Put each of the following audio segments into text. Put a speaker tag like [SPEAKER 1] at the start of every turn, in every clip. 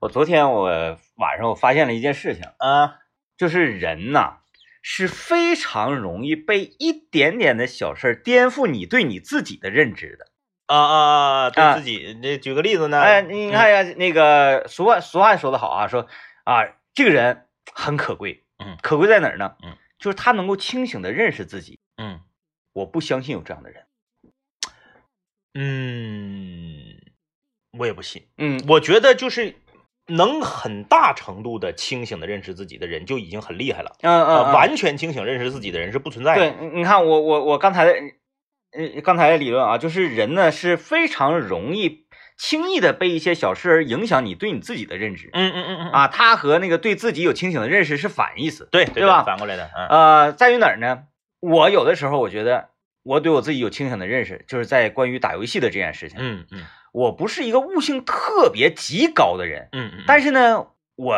[SPEAKER 1] 我昨天我晚上我发现了一件事情，
[SPEAKER 2] 啊，
[SPEAKER 1] 就是人呐、是非常容易被一点点的小事儿颠覆你对你自己的认知的。
[SPEAKER 2] 啊啊啊！
[SPEAKER 1] 啊
[SPEAKER 2] 对自己，那举个例子呢？嗯
[SPEAKER 1] 哎，你看呀，那个俗话俗话说的好啊，说啊，这个人很可贵，
[SPEAKER 2] 嗯
[SPEAKER 1] 可贵在哪儿呢？
[SPEAKER 2] 嗯，
[SPEAKER 1] 就是他能够清醒的认识自己。
[SPEAKER 2] 嗯
[SPEAKER 1] 我不相信有这样的人。
[SPEAKER 2] 嗯，我也不信。
[SPEAKER 1] 嗯，
[SPEAKER 2] 我觉得就是能很大程度的清醒的认识自己的人就已经很厉害了。
[SPEAKER 1] 嗯嗯，
[SPEAKER 2] 呃，
[SPEAKER 1] 嗯
[SPEAKER 2] 完全清醒认识自己的人是不存在的。
[SPEAKER 1] 对，你你看我我我刚才的，呃，刚才的理论啊，就是人呢是非常容易轻易的被一些小事儿影响你对你自己的认知
[SPEAKER 2] 嗯嗯嗯嗯啊，
[SPEAKER 1] 啊，他和那个对自己有清醒的认识是反义词。
[SPEAKER 2] 对对
[SPEAKER 1] 对吧
[SPEAKER 2] 反过来的，嗯
[SPEAKER 1] 呃，在于哪儿呢？我有的时候我觉得我对我自己有清醒的认识，就是在关于打游戏的这件事情。
[SPEAKER 2] 嗯嗯
[SPEAKER 1] 我不是一个悟性特别极高的人，
[SPEAKER 2] 嗯嗯，
[SPEAKER 1] 但
[SPEAKER 2] 是
[SPEAKER 1] 是呢，我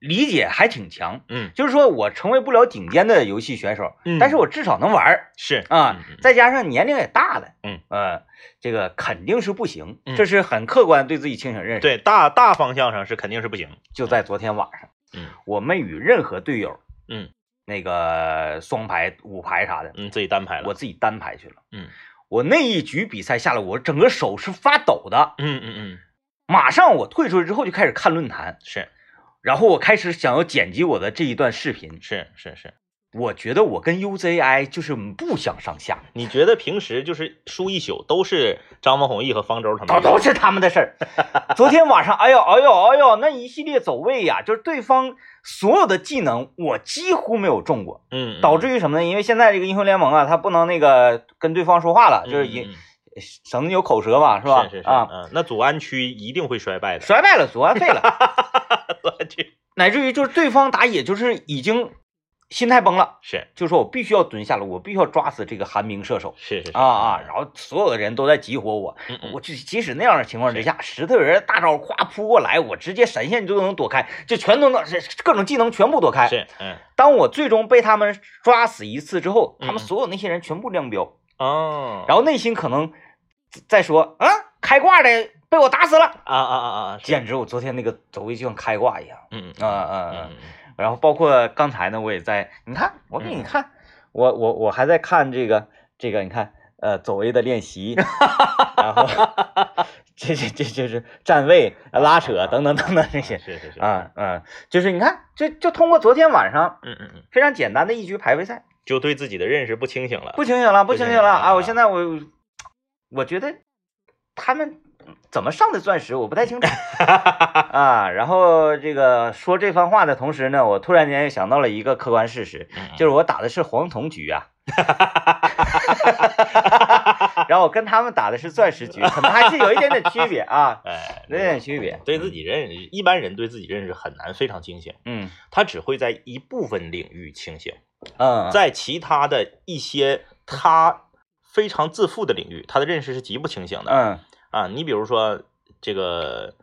[SPEAKER 1] 理解还挺强。
[SPEAKER 2] 嗯
[SPEAKER 1] 就是说我成为不了顶尖的游戏选手，
[SPEAKER 2] 嗯
[SPEAKER 1] 但是我至少能玩儿。
[SPEAKER 2] 是
[SPEAKER 1] 啊，再加上年龄也大了，
[SPEAKER 2] 嗯
[SPEAKER 1] 呃，这个肯定是不行，
[SPEAKER 2] 嗯
[SPEAKER 1] 这是很客观对自己清醒认识。，
[SPEAKER 2] 对大大方向上是肯定是不行。
[SPEAKER 1] 就在昨天晚上，
[SPEAKER 2] 嗯
[SPEAKER 1] 我没与任何队友，
[SPEAKER 2] 嗯，
[SPEAKER 1] 那个双排、五排啥的，
[SPEAKER 2] 嗯，自己单排了。
[SPEAKER 1] 我自己单排去了。
[SPEAKER 2] 嗯
[SPEAKER 1] 我那一局比赛下来，我整个手是发抖的。
[SPEAKER 2] 嗯嗯嗯，
[SPEAKER 1] 马上我退出之后就开始看论坛，
[SPEAKER 2] 是
[SPEAKER 1] 然后我开始想要剪辑我的这一段视频。
[SPEAKER 2] 是是是。
[SPEAKER 1] 我觉得我跟 UZI 就是不相上下，
[SPEAKER 2] 你觉得平时就是输一宿都是张文宏毅和方舟他
[SPEAKER 1] 都
[SPEAKER 2] 们？
[SPEAKER 1] 都是他们的事儿。昨天晚上，哎呦，哎呦，哎呦，那一系列走位呀、就是对方所有的技能我几乎没有中过，
[SPEAKER 2] 嗯，嗯
[SPEAKER 1] 导致于什么呢？因为现在这个英雄联盟啊，它不能那个跟对方说话了，就是
[SPEAKER 2] 嗯
[SPEAKER 1] 引
[SPEAKER 2] 嗯嗯
[SPEAKER 1] 省得有口舌嘛，是
[SPEAKER 2] 是
[SPEAKER 1] 吧？
[SPEAKER 2] 是是
[SPEAKER 1] 啊，
[SPEAKER 2] 嗯，那祖安区一定会衰败的。
[SPEAKER 1] 衰败了，左岸废了，啊
[SPEAKER 2] 祖安区
[SPEAKER 1] 乃至于就是对方打野就是已经心态崩了，
[SPEAKER 2] 是
[SPEAKER 1] 就说我必须要蹲下了，我必须要抓死这个寒冰射手。
[SPEAKER 2] 是是是
[SPEAKER 1] 啊啊！然后所有的人都在集火我，
[SPEAKER 2] 嗯嗯
[SPEAKER 1] 我就即使那样的情况之下，石头人大招咵扑过来，我直接闪现就能躲开，就全都能是各种技能全部躲开。
[SPEAKER 2] 是嗯
[SPEAKER 1] 当我最终被他们抓死一次之后，他
[SPEAKER 2] 嗯嗯
[SPEAKER 1] 们所有那些人全部亮标，
[SPEAKER 2] 哦，
[SPEAKER 1] 然后内心可能在说啊，开挂的被我打死了，
[SPEAKER 2] 啊啊啊啊，是
[SPEAKER 1] 简直我昨天那个走位就像开挂一样。
[SPEAKER 2] 嗯
[SPEAKER 1] 啊
[SPEAKER 2] 嗯
[SPEAKER 1] 啊
[SPEAKER 2] 嗯
[SPEAKER 1] 啊！
[SPEAKER 2] 嗯
[SPEAKER 1] 然后包括刚才呢，我也在，你看，我给你看，我我我还在看这个这个，你看，呃，走位的练习，然后这这这就是站位、拉扯等等等等这些
[SPEAKER 2] 嗯，是是是
[SPEAKER 1] 啊，嗯，就是你看，就就通过昨天晚上
[SPEAKER 2] 嗯嗯嗯，
[SPEAKER 1] 非常简单的一局排位赛，
[SPEAKER 2] 就对自己的认识不清醒了。
[SPEAKER 1] 不清醒了，不
[SPEAKER 2] 不
[SPEAKER 1] 清
[SPEAKER 2] 清
[SPEAKER 1] 醒
[SPEAKER 2] 醒
[SPEAKER 1] 了
[SPEAKER 2] 了
[SPEAKER 1] 啊！我
[SPEAKER 2] 啊
[SPEAKER 1] 现在我我觉得他们怎么上的钻石，我不太清 楚啊。然后这个说这番话的同时呢，我突然间又想到了一个客观事实，
[SPEAKER 2] 嗯嗯
[SPEAKER 1] 就是我打的是黄铜局 啊。然后我跟他们打的是钻石局，可能还是有一点点区别 啊，
[SPEAKER 2] 哎，
[SPEAKER 1] 有点区别。
[SPEAKER 2] 对自己认识，一般人对自己认识很难非常清醒，
[SPEAKER 1] 嗯
[SPEAKER 2] 他只会在一部分领域清醒，
[SPEAKER 1] 嗯，
[SPEAKER 2] 在其他的一些他非常自负的领域，他的认识是极不清醒的。
[SPEAKER 1] 嗯
[SPEAKER 2] 啊，你比如说这个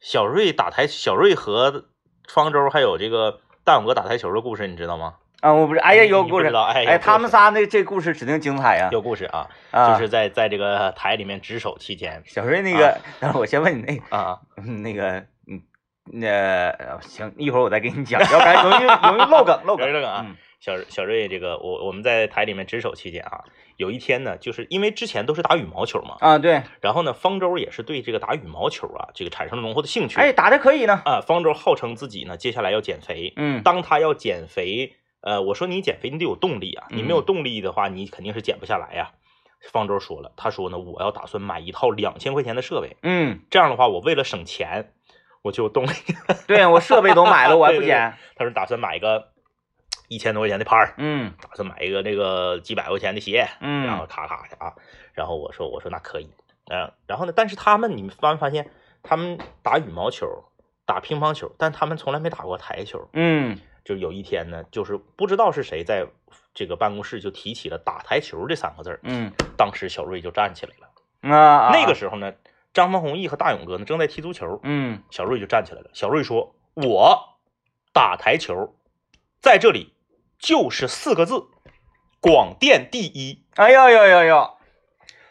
[SPEAKER 2] 小瑞打台，小瑞和方舟还有这个大勇哥打台球的故事，你知道吗？
[SPEAKER 1] 啊，我不是，哎呀，有
[SPEAKER 2] 你不
[SPEAKER 1] 故事
[SPEAKER 2] 知道哎有
[SPEAKER 1] 哎，他
[SPEAKER 2] 故
[SPEAKER 1] 们
[SPEAKER 2] 事
[SPEAKER 1] 仨那这故事指定精彩呀。
[SPEAKER 2] 有故事啊，
[SPEAKER 1] 啊
[SPEAKER 2] 就是在在这个台里面值守期间
[SPEAKER 1] 小瑞那个，等 会儿我先问你那个。
[SPEAKER 2] 啊，
[SPEAKER 1] 嗯， 那个，嗯，那、呃行，一会儿我再给你讲，要不然容易容易漏梗，漏
[SPEAKER 2] 小
[SPEAKER 1] 梗。
[SPEAKER 2] 瑞这个啊
[SPEAKER 1] 嗯，
[SPEAKER 2] 小瑞小瑞这个我我们在台里面值守期间啊，有一天呢，就是因为之前都是打羽毛球嘛，
[SPEAKER 1] 啊， 对，
[SPEAKER 2] 然后呢，方舟也是对这个打羽毛球啊这个产生了浓厚的兴趣，
[SPEAKER 1] 哎，打的可以呢。
[SPEAKER 2] 啊，方舟号称自己呢接下来要减肥，
[SPEAKER 1] 嗯
[SPEAKER 2] 当他要减肥，呃，我说你减肥你得有动力啊，你没有
[SPEAKER 1] 嗯
[SPEAKER 2] 动力的话，你肯定是减不下来呀、方舟说了，他说呢，我要打算买一套两千块钱的设备，
[SPEAKER 1] 嗯，
[SPEAKER 2] 这样的话，我为了省钱，我就有动力。
[SPEAKER 1] 对啊我设备都买了，我还不
[SPEAKER 2] 对对对
[SPEAKER 1] 减。
[SPEAKER 2] 他说打算买一个一千多块钱的拍儿，
[SPEAKER 1] 嗯
[SPEAKER 2] 打算买一个那个几百块钱的鞋，然后
[SPEAKER 1] 嗯
[SPEAKER 2] 咔咔的啊，然后我说我说那可以，嗯，然后呢，但是他们你们发没发现，他们打羽毛球、打乒乓球，但他们从来没打过台球。
[SPEAKER 1] 嗯
[SPEAKER 2] 就有一天呢，就是不知道是谁在这个办公室就提起了打台球这三个字儿，
[SPEAKER 1] 嗯
[SPEAKER 2] 当时小瑞就站起来了。
[SPEAKER 1] 嗯啊，
[SPEAKER 2] 那个
[SPEAKER 1] 是
[SPEAKER 2] 时候呢，张文宏毅和大勇哥呢正在踢足球，
[SPEAKER 1] 嗯
[SPEAKER 2] 小瑞就站起来了。小瑞说：“我打台球，在这里就是四个字，广电第一。
[SPEAKER 1] 哎呦呦呦呦，”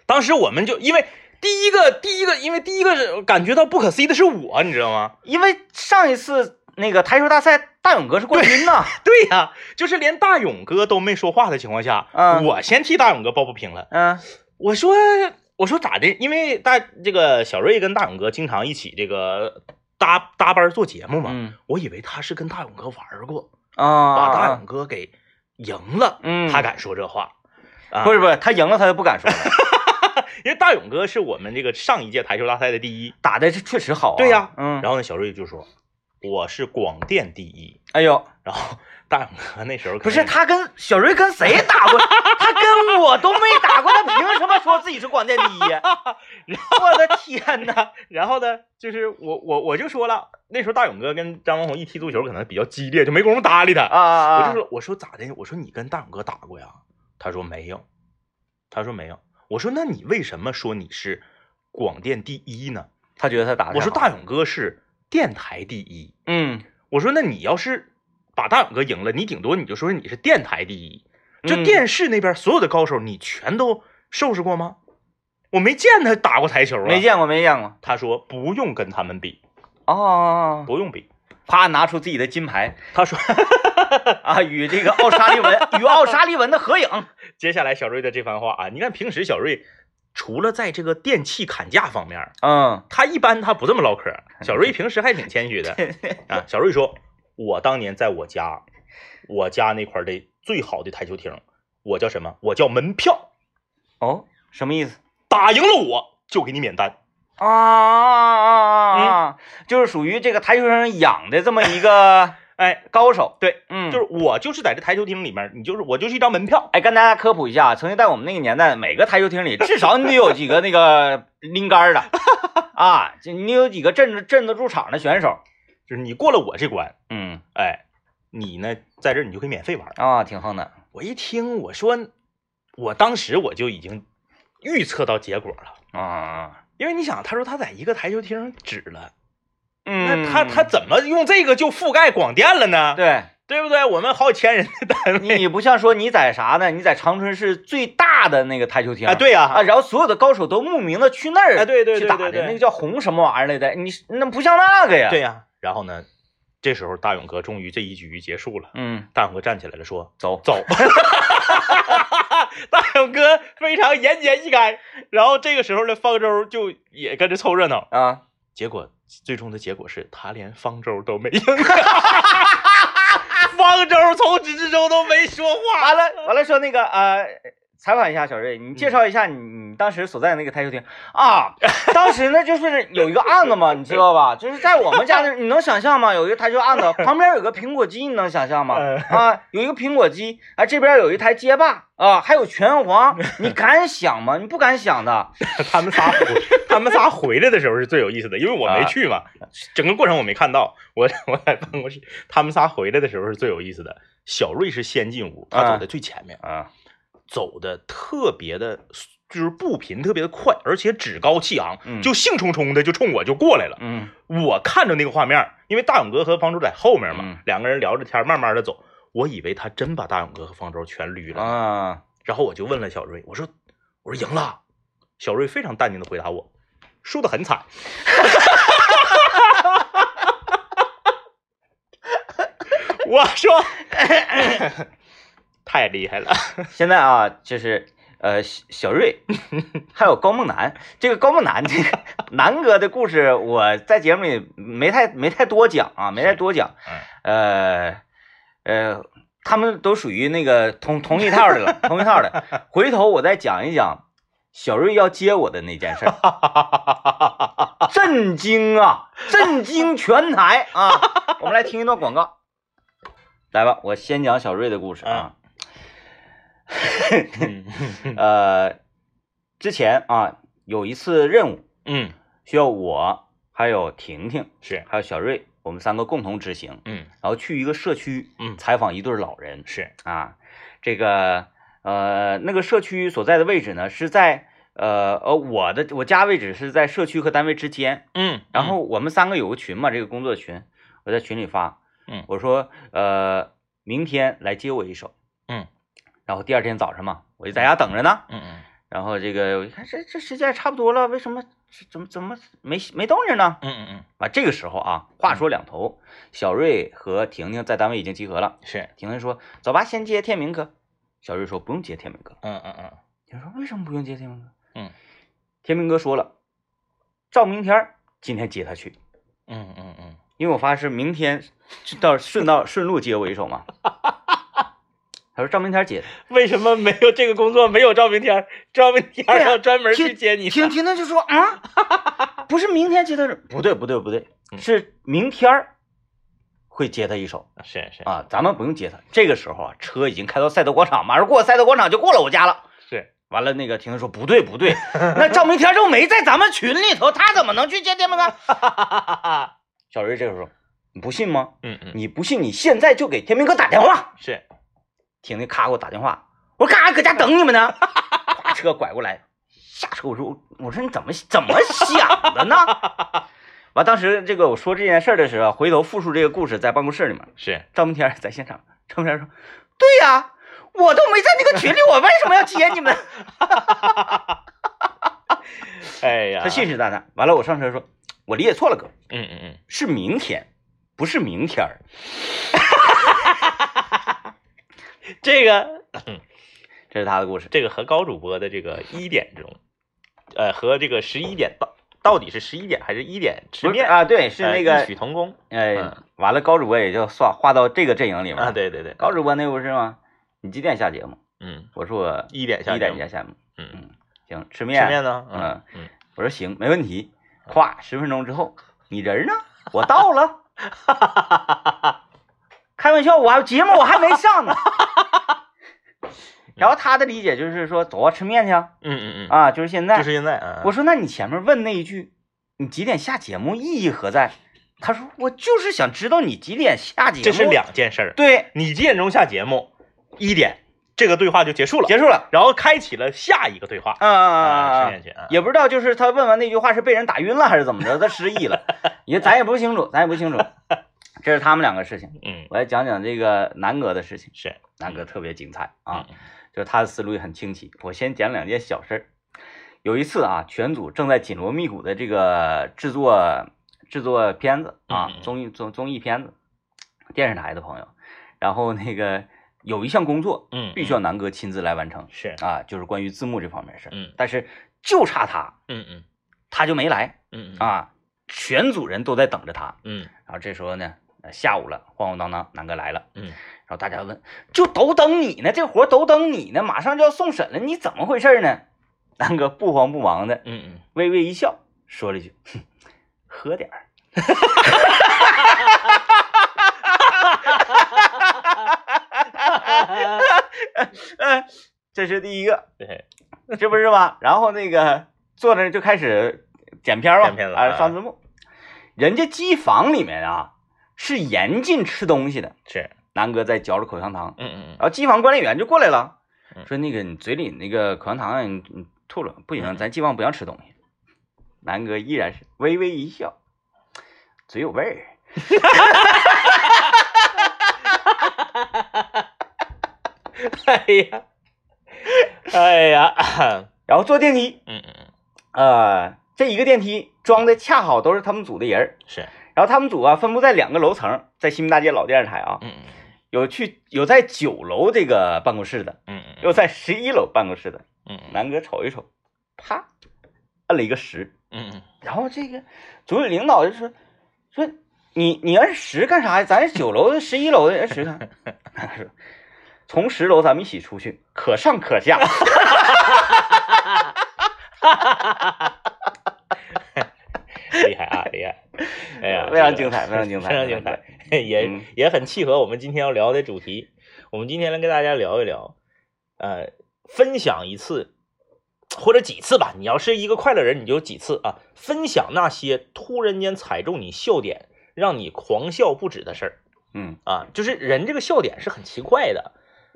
[SPEAKER 2] 当时我们就因为第一个第一个，因为第一个是感觉到不可思议的是我，你知道吗？
[SPEAKER 1] 因为上一次那个台球大赛，大勇哥是冠军呐。
[SPEAKER 2] 对呀、就是连大勇哥都没说话的情况下，
[SPEAKER 1] 嗯
[SPEAKER 2] 我先替大勇哥抱不平了。
[SPEAKER 1] 嗯
[SPEAKER 2] 我说我说咋的？因为大这个小瑞跟大勇哥经常一起这个搭搭班做节目嘛，
[SPEAKER 1] 嗯
[SPEAKER 2] 我以为他是跟大勇哥玩过，把大
[SPEAKER 1] 啊
[SPEAKER 2] 勇，哥给赢了，
[SPEAKER 1] 嗯
[SPEAKER 2] 他敢说这话。啊
[SPEAKER 1] 不是不是，他赢了他就不敢说了，
[SPEAKER 2] 因为大勇哥是我们这个上一届台球大赛的第一，
[SPEAKER 1] 打的是确实好啊。
[SPEAKER 2] 对呀
[SPEAKER 1] 嗯，
[SPEAKER 2] 然后呢，小瑞就说我是广电第一，
[SPEAKER 1] 哎呦，
[SPEAKER 2] 然后大勇哥那时候可
[SPEAKER 1] 不是
[SPEAKER 2] 能
[SPEAKER 1] 他跟小瑞跟谁打 过？他跟我都没打过，他凭什么说自己是广电第一？ 我的天哪！
[SPEAKER 2] 然后呢，就是我我我就说了，那时候大勇哥跟张文宏一踢足球可能比较激烈，就没工夫搭理他。
[SPEAKER 1] 啊啊
[SPEAKER 2] 我
[SPEAKER 1] 啊！
[SPEAKER 2] 就说我说咋的？我说你跟大勇哥打过呀？他说没有，他说没有。我说那你为什么说你是广电第一呢？
[SPEAKER 1] 他觉得他打得
[SPEAKER 2] 我说
[SPEAKER 1] 太好
[SPEAKER 2] 大勇哥是电台第一。
[SPEAKER 1] 嗯，
[SPEAKER 2] 我说那你要是把大勇哥赢了，你顶多你就说你是电台第一，就
[SPEAKER 1] 嗯
[SPEAKER 2] 电视那边所有的高手你全都收拾过吗？我没见他打过台球啊。
[SPEAKER 1] 嗯没。见过没见过
[SPEAKER 2] 他说不用跟他们比，
[SPEAKER 1] 哦，
[SPEAKER 2] 不用比。
[SPEAKER 1] 啪拿出自己的金牌
[SPEAKER 2] 他说，
[SPEAKER 1] 啊，与这个奥沙利 文与奥沙利文的合影，
[SPEAKER 2] 接下来小瑞的这番话啊，你看平时小瑞除了在这个电器砍价方面，
[SPEAKER 1] 嗯，
[SPEAKER 2] 他一般他不这么唠嗑儿。小瑞平时还挺谦虚的啊。小瑞说：“我当年在我家，我家那块儿的最好的台球厅，我叫什么？我叫门票。
[SPEAKER 1] 哦，什么意思？
[SPEAKER 2] 打赢了我就给你免单。
[SPEAKER 1] 啊啊啊啊！就是属于这个台球上养的这么一个
[SPEAKER 2] 哎，
[SPEAKER 1] 高手，
[SPEAKER 2] 对，
[SPEAKER 1] 嗯，
[SPEAKER 2] 就是我就是在这台球厅里面，你就是我就是一张门票。
[SPEAKER 1] 哎，跟大家科普一下，曾经在我们那个年代，每个台球厅里至少你得有几个那个 拎杆儿 的啊，就你有几个镇得镇得住场的选手，
[SPEAKER 2] 就是你过了我这关，
[SPEAKER 1] 嗯
[SPEAKER 2] 哎，你呢在这儿你就可以免费玩儿。
[SPEAKER 1] 啊，挺横的，
[SPEAKER 2] 我一听，我说，我当时我就已经预测到结果了。”
[SPEAKER 1] 啊，
[SPEAKER 2] 因为你想，他说他在一个台球厅指了，
[SPEAKER 1] 嗯，
[SPEAKER 2] 那他他怎么用这个就覆盖广电了呢？
[SPEAKER 1] 对
[SPEAKER 2] 对不对？我们好几千人的单
[SPEAKER 1] 你
[SPEAKER 2] 位
[SPEAKER 1] 你不像说你在啥呢？你在长春市最大的那个台球厅
[SPEAKER 2] 啊，对呀、
[SPEAKER 1] 啊，然后所有的高手都慕名的去那儿
[SPEAKER 2] 哎对对对
[SPEAKER 1] 去打
[SPEAKER 2] 对
[SPEAKER 1] 的
[SPEAKER 2] 对
[SPEAKER 1] 那个叫红什么玩意儿来的，你那不像那个呀，
[SPEAKER 2] 对，呀、然后呢，这时候大勇哥终于这一局结束了，
[SPEAKER 1] 嗯，
[SPEAKER 2] 大勇哥站起来了，说
[SPEAKER 1] 走：“
[SPEAKER 2] 走。”大勇哥非常言简意赅。然后这个时候呢，方舟就也跟着凑热闹，
[SPEAKER 1] 啊，
[SPEAKER 2] 结果最终的结果是他连方舟 都没赢。方舟从始至终都没说话。
[SPEAKER 1] 完 了完了，说那个呃，采访一下小瑞，你介绍一下你你当时所在的那个台球厅啊？当时呢就是有一个案子嘛，你知道吧？就是在我们家那儿，你能想象吗？有一个台球案子，旁边有个苹果机，你能想象吗？
[SPEAKER 2] 嗯
[SPEAKER 1] 啊，有一个苹果机，啊，这边有一台街霸啊，还有拳皇，你敢想吗？你不敢想的。
[SPEAKER 2] 他们仨回，他们仨回来的时候是最有意思的，因为我没去嘛，
[SPEAKER 1] 啊
[SPEAKER 2] 整个过程我没看到， 我我在办公室，他们仨回来的时候是最有意思的。小瑞是先进屋，他走在最前面，
[SPEAKER 1] 啊，
[SPEAKER 2] 走的特别的，就是步频特别的快，而且趾高气昂，
[SPEAKER 1] 嗯
[SPEAKER 2] 就兴冲冲的就冲我就过来了。
[SPEAKER 1] 嗯
[SPEAKER 2] 我看着那个画面，因为大勇哥和方舟在后面嘛，
[SPEAKER 1] 嗯
[SPEAKER 2] 两个人聊着天，慢慢的走，我以为他真把大勇哥和方舟全捋了，
[SPEAKER 1] 啊，
[SPEAKER 2] 然后我就问了小瑞，我说我说赢了，小瑞非常淡定的回答我，输的很惨。 我说太厉害了，
[SPEAKER 1] 现在啊，就是呃，小小瑞还有高梦楠，这个高梦楠这个楠哥的故事，我在节目里没太没太多讲啊，没太多讲，呃呃，他们都属于那个同同一套的了，同一套的。回头我再讲一讲小瑞要接我的那件事儿，震惊啊，震惊全台啊！我们来听一段广告，来吧，我先讲小瑞的故事啊。
[SPEAKER 2] 嗯
[SPEAKER 1] 呃，之前啊有一次任务
[SPEAKER 2] 嗯
[SPEAKER 1] 需要我还有婷婷
[SPEAKER 2] 是
[SPEAKER 1] 还有小瑞我们三个共同执行，
[SPEAKER 2] 嗯
[SPEAKER 1] 然后去一个社区
[SPEAKER 2] 嗯
[SPEAKER 1] 采访一对老人
[SPEAKER 2] 是
[SPEAKER 1] 啊，这个呃那个社区所在的位置呢是在呃呃我的我家位置是在社区和单位之间，
[SPEAKER 2] 嗯，
[SPEAKER 1] 然后我们三个有个群嘛，这个工作群，我在群里发，
[SPEAKER 2] 嗯
[SPEAKER 1] 我说呃明天来接我一手，
[SPEAKER 2] 嗯，
[SPEAKER 1] 然后第二天早上嘛我就在家等着呢。
[SPEAKER 2] 嗯嗯
[SPEAKER 1] 然后这个我一看这这时间也差不多了，为什么怎么怎么没没动静呢？
[SPEAKER 2] 嗯嗯嗯，
[SPEAKER 1] 啊，这个时候啊，话说两头，小瑞和婷婷在单位已经集合了。
[SPEAKER 2] 是，
[SPEAKER 1] 婷婷说：“走吧，先接天明哥。”小瑞说：“不用接天明哥。
[SPEAKER 2] 嗯嗯嗯，”
[SPEAKER 1] 婷说：“为什么不用接天明哥？”
[SPEAKER 2] 嗯，
[SPEAKER 1] 天明哥说了，照明天儿今天接他去，
[SPEAKER 2] 嗯嗯嗯，
[SPEAKER 1] 因为我发誓明天就到顺道顺路接我一手嘛。 他说：“照明天儿接他。
[SPEAKER 2] 为什么没有这个工作没有赵明天儿？赵明天儿
[SPEAKER 1] 对呀啊
[SPEAKER 2] 要专门去
[SPEAKER 1] 去
[SPEAKER 2] 接你的。
[SPEAKER 1] 婷婷婷就说：“ 啊，不是明天接他，不对不对不对，
[SPEAKER 2] 嗯
[SPEAKER 1] 是明天儿会接他一手。”
[SPEAKER 2] 是是
[SPEAKER 1] 啊，咱们不用接他。这个时候啊，车已经开到赛德广场，马上过赛德广场就过了我家了。
[SPEAKER 2] 是，
[SPEAKER 1] 完了，那个婷婷说不对不对，那赵明天就没在咱们群里头，他怎么能去接电门啊？ 小瑞这个时候，你不信吗？
[SPEAKER 2] 嗯嗯
[SPEAKER 1] 你不信，你现在就给天明哥打电话。
[SPEAKER 2] 是，
[SPEAKER 1] 婷婷咔给我打电话，我说干啥搁家等你们呢？ 把车拐过来，下车我说我说你怎么怎么想的呢？ 完，当时这个我说这件事儿的时候，回头复述这个故事在办公室里面。
[SPEAKER 2] 是
[SPEAKER 1] 赵明天在现场，赵明天说：“对呀、我都没在那个群里，我为什么要接你们
[SPEAKER 2] 哎？”呀，
[SPEAKER 1] 他信誓旦旦。完了，我上车说：“我理解错了，哥，
[SPEAKER 2] 嗯嗯嗯，
[SPEAKER 1] 是明天，不是明天儿。
[SPEAKER 2] 这个”
[SPEAKER 1] 这是他的故事。
[SPEAKER 2] 这个和高主播的这个一点钟，呃，和这个十一点到到底是十一点还是一点吃
[SPEAKER 1] 不是
[SPEAKER 2] 面？
[SPEAKER 1] 啊，对，是
[SPEAKER 2] 呃
[SPEAKER 1] 那
[SPEAKER 2] 异
[SPEAKER 1] 个
[SPEAKER 2] 曲同工
[SPEAKER 1] 呃
[SPEAKER 2] 嗯，
[SPEAKER 1] 完了，高主播也就算划到这个阵营里面
[SPEAKER 2] 啊，
[SPEAKER 1] 了。
[SPEAKER 2] 对对对，
[SPEAKER 1] 高主播那不是吗？你几点下节目？
[SPEAKER 2] 嗯，
[SPEAKER 1] 我说我
[SPEAKER 2] 一点下
[SPEAKER 1] 一
[SPEAKER 2] 节
[SPEAKER 1] 点
[SPEAKER 2] 目
[SPEAKER 1] 下节目。
[SPEAKER 2] 嗯，
[SPEAKER 1] 行，吃
[SPEAKER 2] 吃
[SPEAKER 1] 面。
[SPEAKER 2] 面呢？嗯嗯，
[SPEAKER 1] 我说行，没问题。咵，十分钟之后，你人呢？我到 了。开玩笑，我还节目我还没上呢。 然后他的理解就是说，走啊，吃面去啊，
[SPEAKER 2] 嗯嗯嗯，
[SPEAKER 1] 啊，就是现在。
[SPEAKER 2] 就是现在啊，
[SPEAKER 1] 我说，那你前面问那一句，你几点下节目意义何在？他说，我就是想知道你几点下节目。
[SPEAKER 2] 这是两件事儿。
[SPEAKER 1] 对，
[SPEAKER 2] 你几点钟下节目？一点，这个对话就结束了，
[SPEAKER 1] 结束了。
[SPEAKER 2] 然后开启了下一个对话。
[SPEAKER 1] 啊啊啊！
[SPEAKER 2] 啊，
[SPEAKER 1] 啊
[SPEAKER 2] 吃面去啊，
[SPEAKER 1] 也不知道就是他问完那句话是被人打晕了还是怎么着，他失忆了，也咱也不清楚，咱也不 清楚。这是他们两个事情，
[SPEAKER 2] 嗯，
[SPEAKER 1] 我来讲讲这个南哥的事情。
[SPEAKER 2] 是
[SPEAKER 1] 南哥特别精彩啊，
[SPEAKER 2] 嗯，
[SPEAKER 1] 就是他的思路也很清奇。我先讲两件小事儿。有一次啊，全组正在紧锣密鼓的这个制作制作片子啊
[SPEAKER 2] 嗯嗯，嗯
[SPEAKER 1] 综艺综综艺片子，电视台的朋友，然后那个有一项工作
[SPEAKER 2] 嗯，
[SPEAKER 1] 必须要南哥亲自来完成
[SPEAKER 2] 是，
[SPEAKER 1] 啊，就是关于字幕这方面的事儿。
[SPEAKER 2] 嗯
[SPEAKER 1] 但是就差他，
[SPEAKER 2] 嗯嗯
[SPEAKER 1] 他就没来
[SPEAKER 2] 嗯嗯
[SPEAKER 1] 啊，全组人都在等着他。
[SPEAKER 2] 嗯
[SPEAKER 1] 然后这时候呢，呃下午了，晃晃荡荡，南哥来了，
[SPEAKER 2] 嗯
[SPEAKER 1] 然后大家问，就都等你呢，这活都等你呢，马上就要送审了，你怎么回事呢？南哥不慌不忙的，
[SPEAKER 2] 嗯嗯，
[SPEAKER 1] 微微一笑，说了一句：“哼喝点儿。” 嗯，这是第一个。
[SPEAKER 2] 对，
[SPEAKER 1] 这不是吗？然后那个坐那儿就开始剪片儿嘛，
[SPEAKER 2] 剪片子
[SPEAKER 1] 啊，
[SPEAKER 2] 啊
[SPEAKER 1] 上字幕。人家机房里面啊是严禁吃东西的，
[SPEAKER 2] 是，
[SPEAKER 1] 南哥在嚼着口香糖，
[SPEAKER 2] 嗯嗯
[SPEAKER 1] 然啊后机房管理员就过来了，
[SPEAKER 2] 嗯
[SPEAKER 1] 说那个你嘴里那个口香糖啊你你吐了不行，
[SPEAKER 2] 嗯
[SPEAKER 1] 咱机房不让吃东西。南哥依然是微微一笑，嘴有味儿。
[SPEAKER 2] 嗯，哎呀，哎呀，
[SPEAKER 1] 然后坐电梯，
[SPEAKER 2] 嗯嗯嗯，
[SPEAKER 1] 呃，这一个电梯装的恰好都是他们组的人儿，
[SPEAKER 2] 是，
[SPEAKER 1] 然后他们组啊分布在两个楼层，在新民大街老电视台啊，
[SPEAKER 2] 嗯嗯
[SPEAKER 1] 有去有在九楼这个办公室的，
[SPEAKER 2] 嗯嗯，
[SPEAKER 1] 有在十一楼办公室的。
[SPEAKER 2] 嗯嗯
[SPEAKER 1] 南哥瞅一瞅，啪，摁了一个十。
[SPEAKER 2] 嗯
[SPEAKER 1] 然后这个组里领导就说说你你摁十干啥呀？咱九楼十一楼的摁十干啥？ 南哥说从十楼咱们一起出去，可上可下。
[SPEAKER 2] 嗯，厉害啊，厉害，哎呀，
[SPEAKER 1] 非常精彩，非常精彩，
[SPEAKER 2] 非常精彩。，也、
[SPEAKER 1] 嗯
[SPEAKER 2] 也很契合我们今天要聊的主题。我们今天来跟大家聊一聊，呃，分享一次或者几次吧。你要是一个快乐人，你就几次啊，分享那些突然间踩中你笑点，让你狂笑不止的事儿
[SPEAKER 1] 嗯
[SPEAKER 2] 啊。就是人这个笑点是很奇怪的，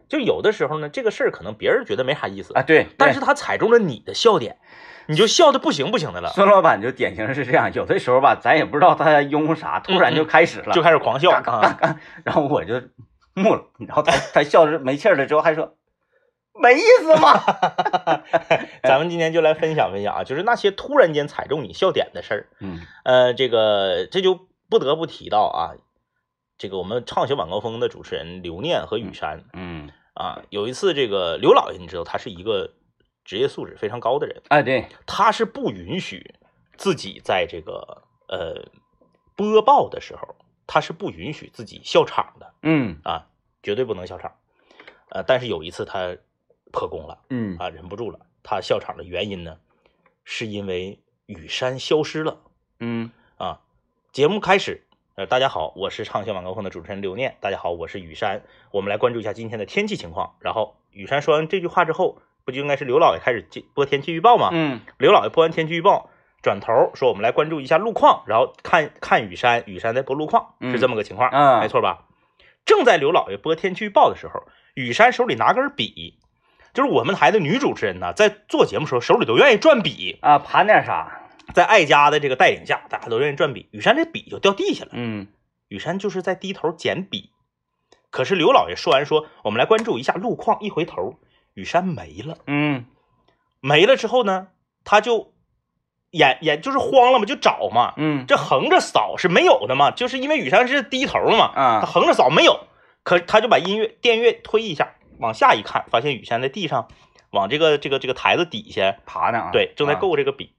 [SPEAKER 2] 就有的时候呢，这个事儿可能别人觉得没啥意思
[SPEAKER 1] 啊，，对，
[SPEAKER 2] 但
[SPEAKER 1] 对
[SPEAKER 2] 是他踩中了你的笑点，你就笑的不行不行的了，
[SPEAKER 1] 孙老板就典型是这样，有的时候吧，咱也不知道他在拥护啥，突然就开始了，
[SPEAKER 2] 嗯就开始 狂笑啊。
[SPEAKER 1] 然后我就木了，然后他他笑着没气儿了之后还说，没意思 嘛。
[SPEAKER 2] 咱们今天就来分享分享啊，就是那些突然间踩中你笑点的事儿。
[SPEAKER 1] 嗯
[SPEAKER 2] 呃，这个这就不得不提到啊，这个我们畅想晚高峰的主持人刘念和雨山
[SPEAKER 1] 嗯，
[SPEAKER 2] 啊，有一次这个刘老爷，你知道他是一个职业素质非常高的人，
[SPEAKER 1] 哎对，
[SPEAKER 2] 他是不允许自己在这个呃播报的时候，他是不允许自己笑场的
[SPEAKER 1] 嗯
[SPEAKER 2] 啊，绝对不能笑场。呃，但是有一次他破功了
[SPEAKER 1] 嗯
[SPEAKER 2] 啊，忍不住了，他笑场的原因呢，是因为雨山消失了。
[SPEAKER 1] 嗯
[SPEAKER 2] 啊，节目开始，呃，大家好，我是畅想晚高峰的主持人刘念，大家好，我是雨山，我们来关注一下今天的天气情况。然后雨山说完这句话之后，不就应该是刘老爷开始接播天气预报吗？
[SPEAKER 1] 嗯
[SPEAKER 2] 刘老爷播完天气预报，转头说我们来关注一下路况，然后看看雨山，雨山在播路况，
[SPEAKER 1] 嗯
[SPEAKER 2] 是这么个情况，
[SPEAKER 1] 啊
[SPEAKER 2] 没错吧？正在刘老爷播天气预报的时候，雨山手里拿根笔，就是我们台的女主持人呢，在做节目时候手里都愿意转笔，
[SPEAKER 1] 啊，盘点啥？
[SPEAKER 2] 在爱家的这个带领下，大家都愿意转笔，雨山这笔就掉地下了。
[SPEAKER 1] 嗯
[SPEAKER 2] 雨山就是在低头捡笔，可是刘老爷说完说，我们来关注一下路况，一回头，雨山没了。
[SPEAKER 1] 嗯
[SPEAKER 2] 没了之后呢，他就眼眼就是慌了嘛，就找嘛。
[SPEAKER 1] 嗯
[SPEAKER 2] 这横着扫是没有的嘛，就是因为雨山是低头了嘛，
[SPEAKER 1] 啊
[SPEAKER 2] 他横着扫没有。可他就把音乐电乐推一下，往下一看，发现雨山在地上，往这个这个这个台子底下，
[SPEAKER 1] 爬呢啊？
[SPEAKER 2] 对，正在
[SPEAKER 1] 啊。
[SPEAKER 2] 够这个笔，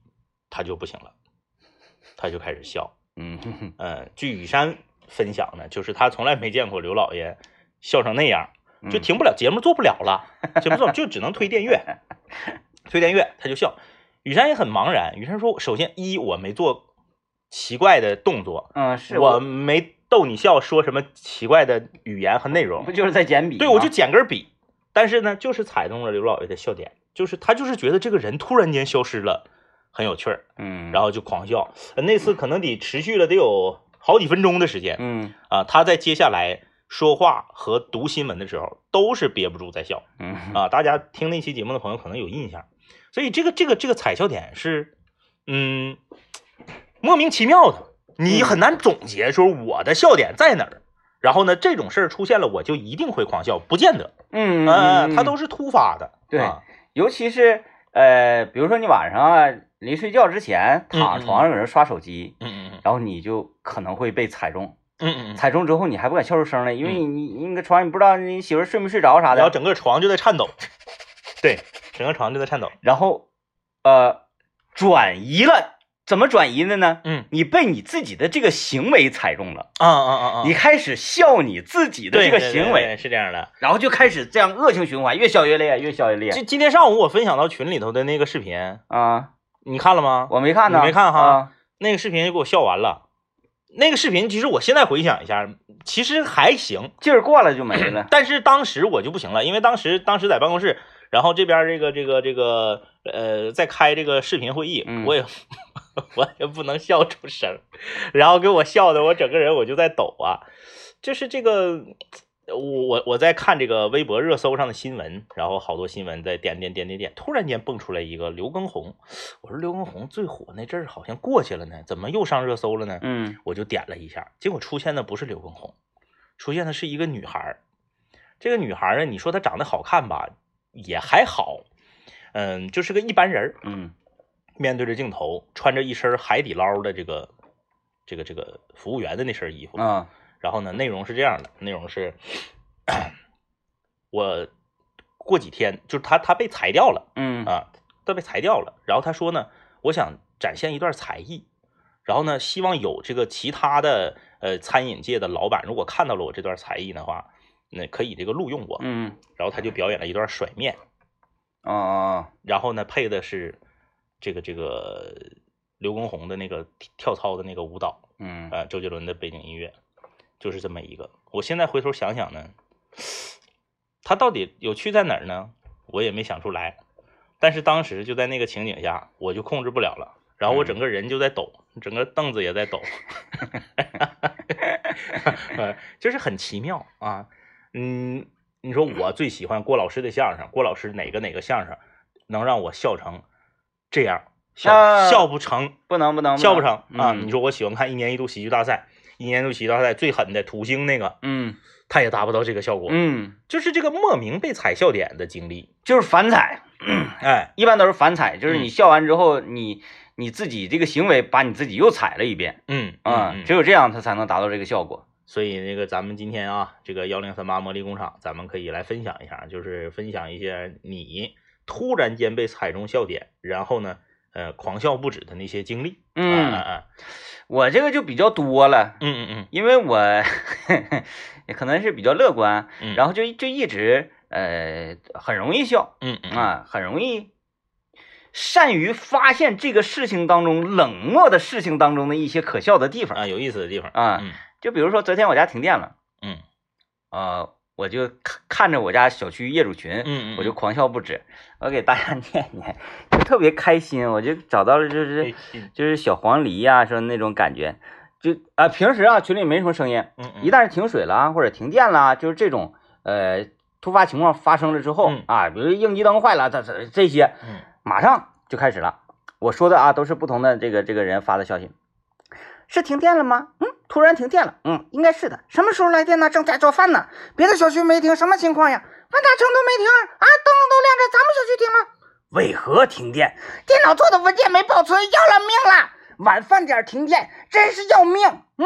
[SPEAKER 2] 他就不行了，他就开始笑。
[SPEAKER 1] 嗯哼哼
[SPEAKER 2] 嗯，据雨山分享呢，就是他从来没见过刘老爷笑成那样， 就
[SPEAKER 1] 嗯
[SPEAKER 2] 停不了，节目做不了了，节目做不了就只能推 电乐，推电乐他就笑。雨山也很茫然，雨山说：“首先一我没做奇怪的动作，
[SPEAKER 1] 嗯是
[SPEAKER 2] 我没逗你笑，说什么奇怪的语言和内容
[SPEAKER 1] 不，就是在捡笔吗？
[SPEAKER 2] 对我就捡根笔。但是呢，就是踩中了刘老爷的笑点，就是他就是觉得这个人突然间消失了，很有趣儿。”
[SPEAKER 1] 嗯，
[SPEAKER 2] 然
[SPEAKER 1] 后
[SPEAKER 2] 后就狂笑。呃那次可能得持续了得有好几分钟的时间
[SPEAKER 1] 嗯
[SPEAKER 2] 啊。他在接下来说话和读新闻的时候，都是憋不住在笑
[SPEAKER 1] 嗯
[SPEAKER 2] 啊。大家听那期节目的朋友可能有印象，所以这个这个这个踩笑点是，嗯，莫名其妙的，你很难总结说我的笑点在哪儿。然后呢，这种事儿出现了，我就一定会狂笑，不见得，
[SPEAKER 1] 嗯，
[SPEAKER 2] 呃，
[SPEAKER 1] 嗯
[SPEAKER 2] 它都是突发的，
[SPEAKER 1] 对
[SPEAKER 2] 啊
[SPEAKER 1] 尤其是呃，比如说你晚上啊临睡觉之前躺
[SPEAKER 2] 嗯嗯
[SPEAKER 1] 床上有人刷手机，
[SPEAKER 2] 嗯嗯
[SPEAKER 1] 然后你就可能会被踩中，
[SPEAKER 2] 嗯嗯嗯，嗯
[SPEAKER 1] 踩中之后你还不敢笑出声来，因为你你你搁床上你不知道你媳妇儿睡没睡着啥
[SPEAKER 2] 然后
[SPEAKER 1] 的，
[SPEAKER 2] 整个床就在 颤抖，对，整个床就在颤抖，
[SPEAKER 1] 然后呃转移了，怎么转移的呢？
[SPEAKER 2] 嗯
[SPEAKER 1] 你被你自己的这个行为踩中了，
[SPEAKER 2] 啊啊啊啊！
[SPEAKER 1] 嗯你开始笑你自己的
[SPEAKER 2] 对
[SPEAKER 1] 这个行
[SPEAKER 2] 对对
[SPEAKER 1] 为，
[SPEAKER 2] 对是这样的。
[SPEAKER 1] 然后就开始这样恶性循环，越笑越烈，越笑越烈
[SPEAKER 2] 就今天上午我分享到群里头的那个视频，
[SPEAKER 1] 啊！
[SPEAKER 2] 你看了吗？
[SPEAKER 1] 我没看呢，
[SPEAKER 2] 你没看哈
[SPEAKER 1] 啊
[SPEAKER 2] 那个视频就给我笑完了。那个视频其实我现在回想一下，其实还行，。
[SPEAKER 1] 劲儿过了就没了
[SPEAKER 2] 但是当时我就不行了，因为当时当时在办公室，然后这边这个这个这个呃在开这个视频会议，
[SPEAKER 1] 嗯
[SPEAKER 2] 我也 我也不能笑出声，然后给我笑的我整个人我就在抖啊，就是这个。我我我在看这个微博热搜上的新闻，然后好多新闻在点点点点点，突然间蹦出来一个刘畊宏，我说刘畊宏最火那阵儿好像过去了呢，怎么又上热搜了呢？
[SPEAKER 1] 嗯
[SPEAKER 2] 我就点了一下，结果出现的不是刘畊宏，出现的是一个女孩儿。这个女孩儿呢，你说她长得好看吧，也还好，嗯，就是个一般人儿。
[SPEAKER 1] 嗯
[SPEAKER 2] 面对着镜头，穿着一身海底捞的这个这个这个服务员的那身衣服，
[SPEAKER 1] 啊
[SPEAKER 2] 然后呢，内容是这样的，内容是， 我过几天就是她她被裁掉了。
[SPEAKER 1] 嗯
[SPEAKER 2] 啊，都被裁掉了。然后他说呢，我想展现一段才艺，然后呢，希望有这个其他的呃餐饮界的老板，如果看到了我这段才艺的话，那可以这个录用我。
[SPEAKER 1] 嗯
[SPEAKER 2] 然后他就表演了一段甩面，
[SPEAKER 1] 啊啊
[SPEAKER 2] 然后呢配的是这个这个刘畊宏的那个跳操的那个舞蹈，
[SPEAKER 1] 嗯
[SPEAKER 2] 呃，周杰伦的背景音乐，就是这么一个。我现在回头想想呢，他到底有趣在哪儿呢？我也没想出来。但是当时就在那个情景下，我就控制不了了，
[SPEAKER 1] 嗯
[SPEAKER 2] 然后我整个人就在抖，整个凳子也在抖， 呃，就是很奇妙啊。嗯，你说我最喜欢郭老师的相声，郭老师哪个哪个相声能让我笑成这样？笑
[SPEAKER 1] 啊
[SPEAKER 2] 笑不成，
[SPEAKER 1] 不能不能
[SPEAKER 2] 笑不成啊！
[SPEAKER 1] 嗯
[SPEAKER 2] 你说我喜欢看一年一度喜剧大赛，一年六期大赛最狠的土星那个，
[SPEAKER 1] 嗯
[SPEAKER 2] 他也达不到这个效果，
[SPEAKER 1] 嗯，
[SPEAKER 2] 就是这个莫名被踩笑点的经历，
[SPEAKER 1] 就是反踩，
[SPEAKER 2] 哎，
[SPEAKER 1] 一般都是反踩，就是
[SPEAKER 2] 嗯
[SPEAKER 1] 你笑完之后，你你自己这个行为把你自己又踩了一遍
[SPEAKER 2] 嗯
[SPEAKER 1] 啊，
[SPEAKER 2] 嗯
[SPEAKER 1] 只有这样他才能达到这个效果。
[SPEAKER 2] 所以那个咱们今天啊，这个幺零三八魔力工厂，咱们可以来分享一下，就是分享一些你突然间被踩中笑点，然后呢，呃，狂笑不止的那些经历。啊
[SPEAKER 1] 嗯，
[SPEAKER 2] 啊
[SPEAKER 1] 我这个就比较多了，
[SPEAKER 2] 嗯嗯嗯
[SPEAKER 1] 因为我 也可能是比较乐观，
[SPEAKER 2] 嗯，
[SPEAKER 1] 然
[SPEAKER 2] 后
[SPEAKER 1] 后就就一直呃很容易笑
[SPEAKER 2] 嗯嗯嗯
[SPEAKER 1] 啊，很容易善于发现这个事情当中冷漠的事情当中的一些可笑的地方
[SPEAKER 2] 啊，有意思的地方
[SPEAKER 1] 啊。
[SPEAKER 2] 嗯
[SPEAKER 1] 就比如说昨天我家停电了，
[SPEAKER 2] 嗯
[SPEAKER 1] 呃，我就看看着我家小区业主群，
[SPEAKER 2] 嗯嗯，
[SPEAKER 1] 我就狂笑不止。我给大家 念一念，就特别开心。我就找到了，就是
[SPEAKER 2] 嗯
[SPEAKER 1] 就是小黄鹂呀、说那种感觉。就啊、平时啊群里没什么声音，
[SPEAKER 2] 嗯
[SPEAKER 1] 一旦是停水了啊或者停电了啊，就是这种呃突发情况发生了之后、
[SPEAKER 2] 嗯
[SPEAKER 1] 啊，比如应急灯坏了，这这这些，
[SPEAKER 2] 嗯
[SPEAKER 1] 马上就开始了。我说的啊，都是不同的这个这个人发的消息。是停电了吗？嗯，突然停电了。嗯，应该是的。什么时候来电呢？正在做饭呢。别的小区没停，什么情况呀？万达城都没停啊，灯笼都亮着，咱们小区停了。为何停电？电脑做的文件没保存，要了命了！晚饭点停电，真是要命。嗯，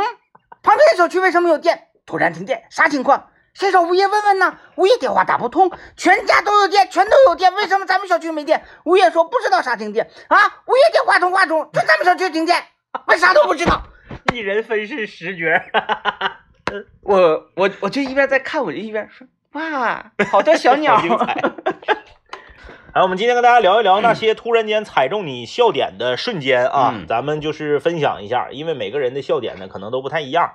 [SPEAKER 1] 旁边的小区为什么有电？突然停电，啥情况？伸手物业问问呐。物业电话打不通，全家都有电，全都有电，为什么咱们小区没电？物业说不知道啥停电啊。物业电话通话中，就咱们小区停电，为啥都不知道？
[SPEAKER 2] 一人分饰十角，
[SPEAKER 1] 我我我就一边在看，我就一边说哇，好多小鸟
[SPEAKER 2] 好。精 彩。来，我们今天跟大家聊一聊那些突然间踩中你笑点的瞬间啊，
[SPEAKER 1] 嗯
[SPEAKER 2] 咱们就是分享一下，因为每个人的笑点呢可能都不太一样。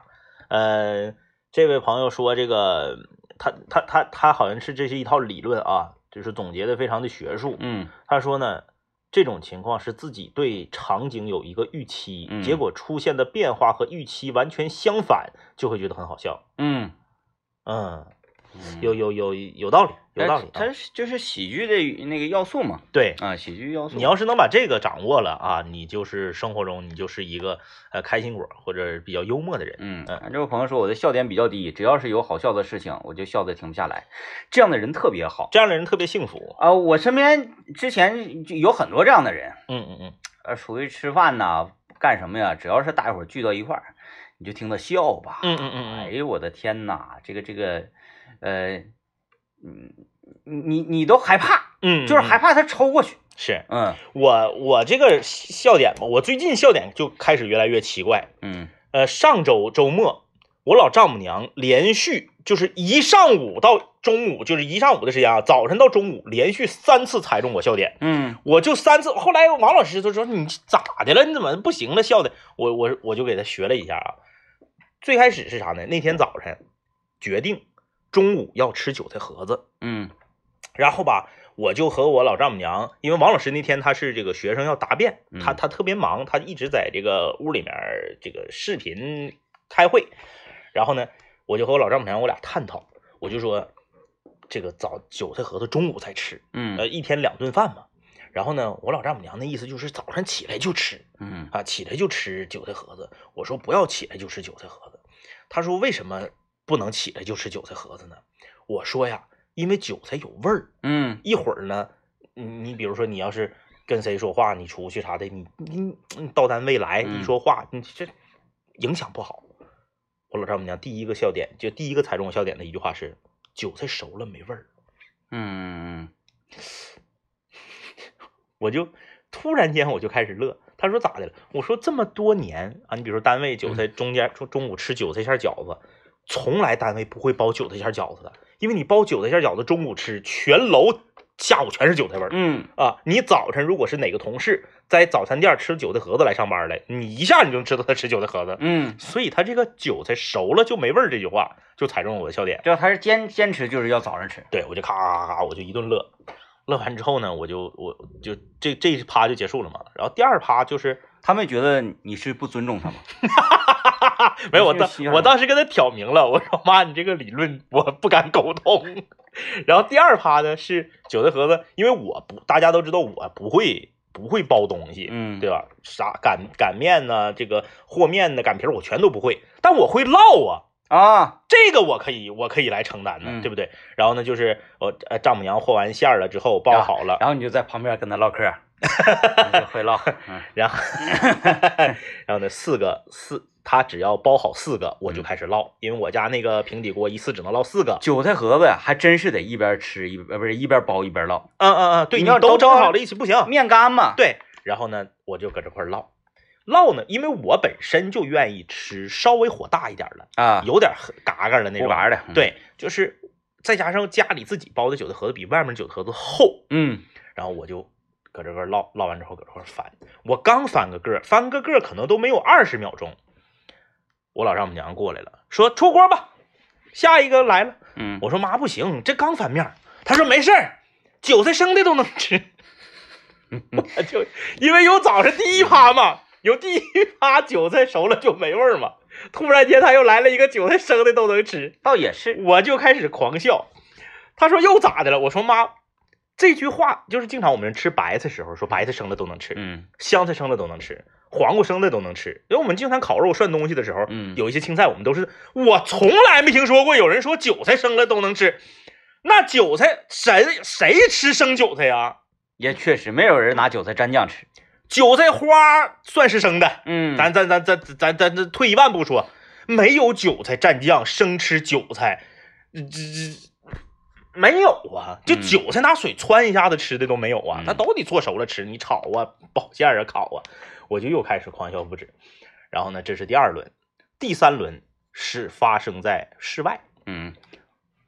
[SPEAKER 2] 呃，这位朋友说这个，他他他他好像是这是一套理论啊，就是总结的非常的学术。
[SPEAKER 1] 嗯
[SPEAKER 2] 他说呢，这种情况是自己对场景有一个预期，
[SPEAKER 1] 嗯
[SPEAKER 2] 结果出现的变化和预期完全相反，就会觉得很好笑。
[SPEAKER 1] 嗯，
[SPEAKER 2] 嗯，有有有有道理，有道理、啊。
[SPEAKER 1] 它哎是就是喜剧的那个要素嘛
[SPEAKER 2] 对，
[SPEAKER 1] 啊，喜剧要素。
[SPEAKER 2] 你要是能把这个掌握了啊，你就是生活中你就是一个呃开心果或者比较幽默的人。
[SPEAKER 1] 嗯
[SPEAKER 2] 嗯，
[SPEAKER 1] 这位朋友说我的笑点比较低，只要是有好笑的事情，我就笑得停不下来。这样的人特别好
[SPEAKER 2] 这样的人特别幸福。
[SPEAKER 1] 啊、我身边之前就有很多这样的人，
[SPEAKER 2] 嗯嗯嗯，
[SPEAKER 1] 呃，属于吃饭呐，干什么呀？只要是大伙儿聚到一块儿，你就听他笑吧。
[SPEAKER 2] 嗯嗯嗯嗯
[SPEAKER 1] 哎呦我的天呐，这个这个，呃，嗯，你你都害怕，
[SPEAKER 2] 嗯，
[SPEAKER 1] 就是害
[SPEAKER 2] 嗯
[SPEAKER 1] 怕他抽过去。
[SPEAKER 2] 是
[SPEAKER 1] 嗯
[SPEAKER 2] 我我这个笑点吧，我最近笑点就开始越来越奇怪。
[SPEAKER 1] 嗯
[SPEAKER 2] 呃，上周周末，我老丈母娘连续就是一上午到中午，就是一上午的时间啊，早晨到中午连续三次踩中我笑点。
[SPEAKER 1] 嗯
[SPEAKER 2] 我就三次，后来王老师就说你咋的了？你怎么不行了？笑的，我我我就给他学了一下啊。最开始是啥呢？那天早晨决定中午要吃韭菜盒子，
[SPEAKER 1] 嗯
[SPEAKER 2] 然后吧，我就和我老丈母娘，因为王老师那天他是这个学生要答辩，他
[SPEAKER 1] 嗯
[SPEAKER 2] 他特别忙，他一直在这个屋里面儿这个视频开会。然后呢，我就和我老丈母娘我俩探讨，我就说这个早韭菜盒子中午才吃，
[SPEAKER 1] 嗯
[SPEAKER 2] 呃，一天两顿饭嘛。然后呢，我老丈母娘的意思就是早上起来就吃
[SPEAKER 1] 嗯
[SPEAKER 2] 啊，起来就吃韭菜盒子。我说不要起来就吃韭菜盒子。她说为什么不能起来就吃韭菜盒子呢？我说呀，因为韭菜有味儿。
[SPEAKER 1] 嗯
[SPEAKER 2] 一会儿呢，你你比如说你要是跟谁说话，你出去啥的，你你你到单位来
[SPEAKER 1] 嗯
[SPEAKER 2] 一说话，你这影响不好。我老丈母娘第一个笑点，就第一个踩中我笑点的一句话是：韭菜熟了没味儿。
[SPEAKER 1] 嗯
[SPEAKER 2] 我就突然间我就开始乐。他说咋的了？我说这么多年啊，你比如说单位韭菜
[SPEAKER 1] 嗯
[SPEAKER 2] 中间中中午吃韭菜馅儿饺子，从来单位不会包韭菜馅儿饺子的，因为你包韭菜馅儿饺子中午吃，全楼下午全是韭菜味儿
[SPEAKER 1] 嗯
[SPEAKER 2] 啊。你早晨如果是哪个同事在早餐店吃韭菜盒子来上班来，你一下你就知道他吃韭菜盒子，
[SPEAKER 1] 嗯，
[SPEAKER 2] 所以他这个韭菜熟了就没味儿这句话就踩中了我的笑点。
[SPEAKER 1] 只要他是坚坚持，就是要早上吃。
[SPEAKER 2] 对，我就咔咔咔，我就一顿乐。乐完之后呢，我就我就这这一趴就结束了嘛。然后第二趴就是，
[SPEAKER 1] 他们觉得你是不尊重他吗？
[SPEAKER 2] 没有我
[SPEAKER 1] 是
[SPEAKER 2] 当
[SPEAKER 1] 西二
[SPEAKER 2] 我
[SPEAKER 1] 吗
[SPEAKER 2] 当时跟他挑明了，我说妈，你这个理论我不敢苟同。然后第二趴呢是韭菜盒子，因为我不大家都知道我不会不会包东西，
[SPEAKER 1] 嗯
[SPEAKER 2] 对吧？啥擀擀面呢、这个和面呢、擀皮儿我全都不会，但我会烙啊，
[SPEAKER 1] 啊，
[SPEAKER 2] 这个我可以我可以来承担的，
[SPEAKER 1] 嗯
[SPEAKER 2] 对不对？然后呢，就是我呃丈母娘和完馅儿了之后
[SPEAKER 1] 啊
[SPEAKER 2] 包好了，
[SPEAKER 1] 然后你就在旁边跟他唠嗑 儿，你就会唠，嗯
[SPEAKER 2] 然 后然后呢四个四。他只要包好四个，
[SPEAKER 1] 嗯
[SPEAKER 2] 我就开始烙，因为我家那个平底锅一次只能烙四个。
[SPEAKER 1] 韭菜盒子呀还真是得一边吃一呃不是一边包一边烙，
[SPEAKER 2] 嗯嗯嗯，对，
[SPEAKER 1] 你
[SPEAKER 2] 你
[SPEAKER 1] 要
[SPEAKER 2] 都
[SPEAKER 1] 都
[SPEAKER 2] 整
[SPEAKER 1] 包
[SPEAKER 2] 好
[SPEAKER 1] 了
[SPEAKER 2] 了一起不行，
[SPEAKER 1] 面干嘛，
[SPEAKER 2] 对，然后呢，我就搁这块儿唠唠呢，因为我本身就愿意吃稍微火大一点儿的，
[SPEAKER 1] 啊，
[SPEAKER 2] 有点儿很嘎嘎的那
[SPEAKER 1] 不
[SPEAKER 2] 种。
[SPEAKER 1] 玩儿的，嗯，
[SPEAKER 2] 对，就是再加上家里自己包的韭菜盒子比外面韭菜盒子厚，
[SPEAKER 1] 嗯
[SPEAKER 2] 然后我就搁这块儿唠唠完之后搁这块儿翻，我刚翻个个儿，翻个个儿可能都没有二十秒钟，我老丈母娘过来了，说出锅吧，下一个来了。
[SPEAKER 1] 嗯，
[SPEAKER 2] 我说妈不行，这刚翻面儿。她说没事儿，韭菜生的都能吃。 我就因为有早上第一趴嘛，有第一趴韭菜熟了就没味儿嘛。突然间他又来了一个韭菜生的都能吃，
[SPEAKER 1] 倒也是，
[SPEAKER 2] 我就开始狂笑。他说又咋的了？我说妈，这句话就是经常我们吃白菜时候说白菜生的都能吃，
[SPEAKER 1] 嗯
[SPEAKER 2] 香菜生的都能吃，黄瓜生的都能吃。因为我们经常烤肉涮东西的时候，
[SPEAKER 1] 嗯，
[SPEAKER 2] 有一些青菜我们都是，我从来没听说过有人说韭菜生了都能吃。那韭菜谁谁吃生韭菜呀？
[SPEAKER 1] 也确实没有人拿韭菜蘸酱吃，
[SPEAKER 2] 韭菜花算是生的，
[SPEAKER 1] 嗯，
[SPEAKER 2] 咱咱咱咱咱咱咱退一万步说，没有韭菜蘸酱生吃韭菜，这这这没有啊，就
[SPEAKER 1] 嗯
[SPEAKER 2] 韭菜拿水汆一下子吃的都没有啊
[SPEAKER 1] 嗯，
[SPEAKER 2] 那都得做熟了吃，你炒啊、包馅儿啊、烤啊，我就又开始狂笑不止。然后呢，这是第二轮，第三轮是发生在室外。
[SPEAKER 1] 嗯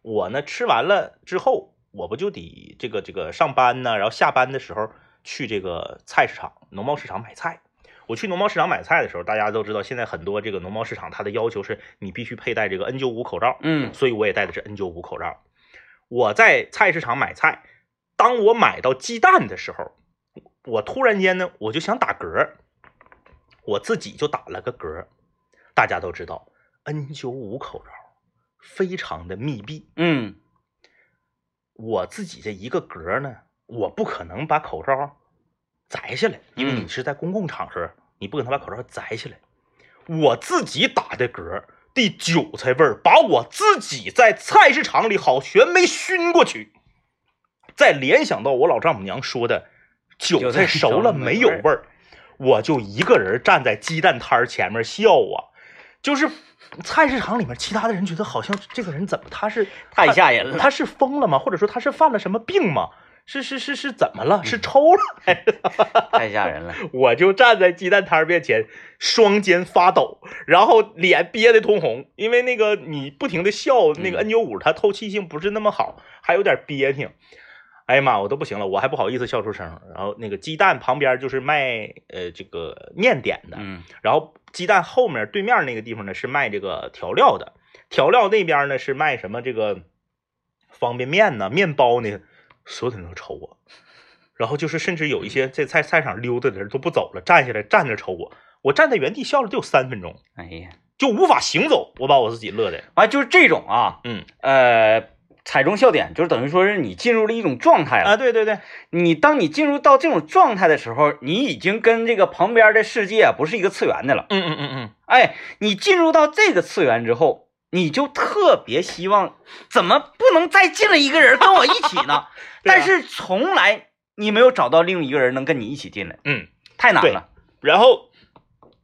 [SPEAKER 2] 我呢吃完了之后，我不就得这个这个上班呢，然后下班的时候去这个菜市场、农贸市场买菜。我去农贸市场买菜的时候，大家都知道，现在很多这个农贸市场它的要求是你必须佩戴这个 N95 口罩，
[SPEAKER 1] 嗯
[SPEAKER 2] 所以我也戴的是 N95 口罩。我在菜市场买菜，当我买到鸡蛋的时候，我突然间呢，我就想打嗝，我自己就打了个嗝。大家都知道，N95 口罩非常的密闭，
[SPEAKER 1] 嗯
[SPEAKER 2] 我自己这一个格呢，我不可能把口罩摘下来，因为你是在公共场合，你不可能把口罩摘下来。我自己打的嗝，第韭菜味儿把我自己在菜市场里好悬没熏过去。再联想到我老丈母娘说的韭菜熟了没有味儿，我就一个人站在鸡蛋摊儿前面笑啊，就是菜市场里面其他的人觉得好像这个人怎么他是
[SPEAKER 1] 太吓人了
[SPEAKER 2] 他是疯了吗？或者说他是犯了什么病吗？是是是是怎么了？是抽了？
[SPEAKER 1] 太吓人了，
[SPEAKER 2] 嗯 我就站在鸡蛋摊儿面前，双肩发抖，然后脸憋得通红，因为那个你不停的笑，那个 N 9 5它透气性不是那么好，还有点憋挺。哎呀妈，我都不行了，我还不好意思笑出声儿。然后那个鸡蛋旁边就是卖呃这个面点的，
[SPEAKER 1] 嗯
[SPEAKER 2] 然后鸡蛋后面对面那个地方呢是卖这个调料的，调料那边呢是卖什么这个方便面呢、面包呢，所有的人都瞅我，然后就是甚至有一些在菜菜场溜达的人都不走了，站下来站着瞅我，我站在原地笑了得有三分钟，
[SPEAKER 1] 哎呀，
[SPEAKER 2] 就无法行走，我把我自己乐的，
[SPEAKER 1] 完就是这种啊，
[SPEAKER 2] 嗯
[SPEAKER 1] 呃，踩中笑点，就是等于说是你进入了一种状态
[SPEAKER 2] 啊，
[SPEAKER 1] 了。
[SPEAKER 2] 对对对，
[SPEAKER 1] 你当你进入到这种状态的时候，你已经跟这个旁边的世界啊不是一个次元的了。
[SPEAKER 2] 嗯嗯嗯嗯，
[SPEAKER 1] 哎，你进入到这个次元之后，你就特别希望怎么不能再进来一个人跟我一起呢？
[SPEAKER 2] 对啊
[SPEAKER 1] 但是从来你没有找到另一个人能跟你一起进来，
[SPEAKER 2] 嗯，
[SPEAKER 1] 太难了。
[SPEAKER 2] 然后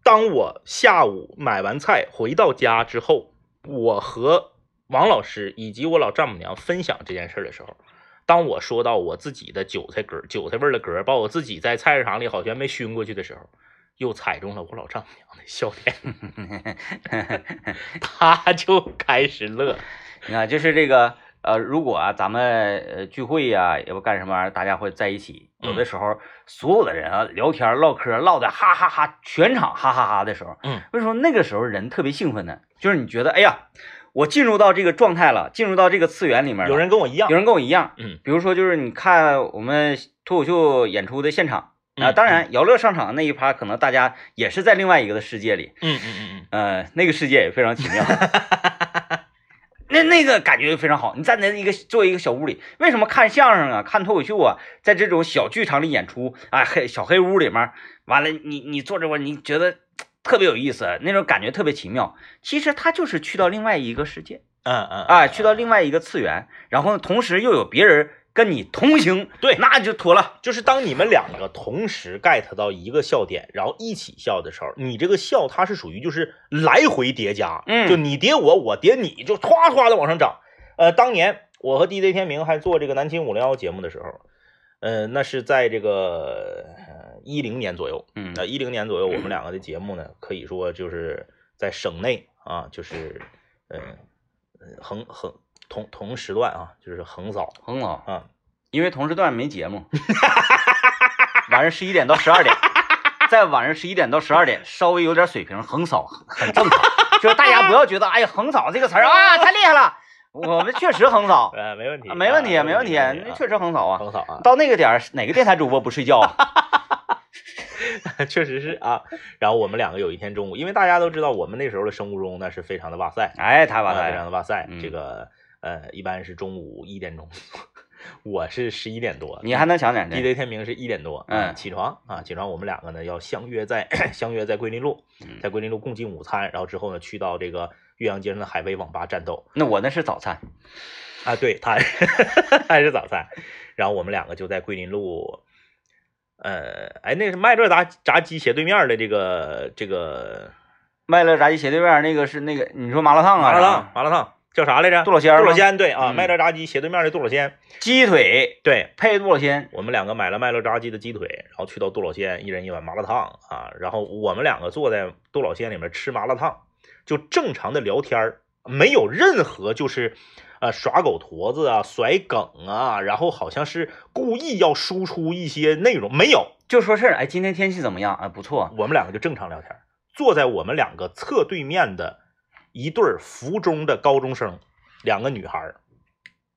[SPEAKER 2] 当我下午买完菜回到家之后，我和王老师以及我老丈母娘分享这件事儿的时候，当我说到我自己的韭菜嗝、韭菜味儿的嗝，把我自己在菜市场里好像没熏过去的时候，又踩中了我老丈母娘的笑点， 她就开始乐。
[SPEAKER 1] 你看，就是这个呃，如果啊，咱们呃聚会呀、也不干什么玩意儿，大家会在一起。有
[SPEAKER 2] 嗯
[SPEAKER 1] 的时候，所有的人啊，聊天唠嗑唠的哈哈哈，全场哈哈哈的时候，
[SPEAKER 2] 嗯，
[SPEAKER 1] 为什么那个时候人特别兴奋呢？就是你觉得，哎呀，我进入到这个状态了，进入到这个次元里面了，
[SPEAKER 2] 有人跟我一样
[SPEAKER 1] 有，人跟我一样，
[SPEAKER 2] 嗯，
[SPEAKER 1] 比如说就是你看我们脱口秀演出的现场啊，
[SPEAKER 2] 嗯
[SPEAKER 1] 当然姚乐上场的那一趴，可能大家也是在另
[SPEAKER 2] 嗯
[SPEAKER 1] 外一个的世界里，
[SPEAKER 2] 嗯嗯嗯嗯，
[SPEAKER 1] 呃，那个世界也非常奇妙。那那那个感觉非常好。你站在一个坐一个小屋里，为什么看相声啊、看脱口秀啊，在这种小剧场里演出啊，黑小黑屋里面，完了你你坐这块，你觉得特别有意思，那种感觉特别奇妙。其实他就是去到另外一个世界
[SPEAKER 2] 嗯嗯
[SPEAKER 1] 啊，去到另外一个次元，然后同时又有别人跟你同 行，
[SPEAKER 2] 对
[SPEAKER 1] 那就妥了。
[SPEAKER 2] 就是当你们两个同时 get 到一个笑点，然后一起笑的时候，你这个笑它是属于就是来回叠加，
[SPEAKER 1] 嗯
[SPEAKER 2] 就你叠我，我叠你，就歘歘的往上涨。呃，当年我和 DJ 天明还做这个南秦五零幺节目的时候，呃，那是在这个呃一零、10年左右，
[SPEAKER 1] 嗯
[SPEAKER 2] 呃，一零年左右，我们两个的节目呢，可以说就是在省内啊，就是呃呃横横同同时段啊，就是横扫
[SPEAKER 1] 彭总，
[SPEAKER 2] 啊，
[SPEAKER 1] 因为同时段没节 目，晚上十一点到十二点，在晚上十一点到十二点稍微有点水平，横扫很正常。就是大家不要觉得哎呀横扫这个词儿啊太厉害了，我们确实横扫，
[SPEAKER 2] 呃，没问题，
[SPEAKER 1] 啊没问题
[SPEAKER 2] 啊
[SPEAKER 1] 没问题，
[SPEAKER 2] 啊
[SPEAKER 1] 那确实横扫啊。
[SPEAKER 2] 横扫啊，
[SPEAKER 1] 到那个点儿，哪个电台主播不睡觉啊？
[SPEAKER 2] 确实是啊。然后我们两个有一天中午，因为大家都知道我们那时候的生物钟那是非常的哇塞，
[SPEAKER 1] 哎，太完
[SPEAKER 2] 啊非常
[SPEAKER 1] 了，
[SPEAKER 2] 的哇塞。
[SPEAKER 1] 嗯
[SPEAKER 2] 这个呃，一般是中午一点钟， 我是十一点多，
[SPEAKER 1] 你还能想想这？
[SPEAKER 2] DJ 天明是一点多，
[SPEAKER 1] 嗯
[SPEAKER 2] 起床啊，起床，我们两个呢要相约在 相约在桂林路，
[SPEAKER 1] 嗯
[SPEAKER 2] 在桂林路共进午餐，然后之后呢去到这个岳阳街上的海威网吧战斗
[SPEAKER 1] 那我那是早餐，
[SPEAKER 2] 啊，对，他 还是早餐，然后我们两个就在桂林路，呃，哎，那个是麦乐炸炸鸡斜对面的这个这个
[SPEAKER 1] 卖了炸鸡斜对面那个是那个，你说麻辣烫啊？
[SPEAKER 2] 麻辣烫，麻辣烫叫啥来着？
[SPEAKER 1] 杜老仙儿
[SPEAKER 2] 杜老
[SPEAKER 1] 吗
[SPEAKER 2] 仙，对啊，
[SPEAKER 1] 嗯
[SPEAKER 2] 麦乐炸鸡斜对面的杜老仙，
[SPEAKER 1] 鸡腿
[SPEAKER 2] 对，
[SPEAKER 1] 配多少鲜？
[SPEAKER 2] 我们两个买了麦乐炸鸡的鸡腿，然后去到杜老仙，一人一碗麻辣烫啊。然后我们两个坐在杜老仙里面吃麻辣烫，就正常的聊天儿，没有任何就是呃耍狗驼子啊、甩梗啊，然后好像是故意要输出一些内容，没有。
[SPEAKER 1] 就说事儿，哎，今天天气怎么样？啊，不错，
[SPEAKER 2] 我们两个就正常聊天儿，坐在我们两个侧对面的一对儿附中的高中生，两个女孩儿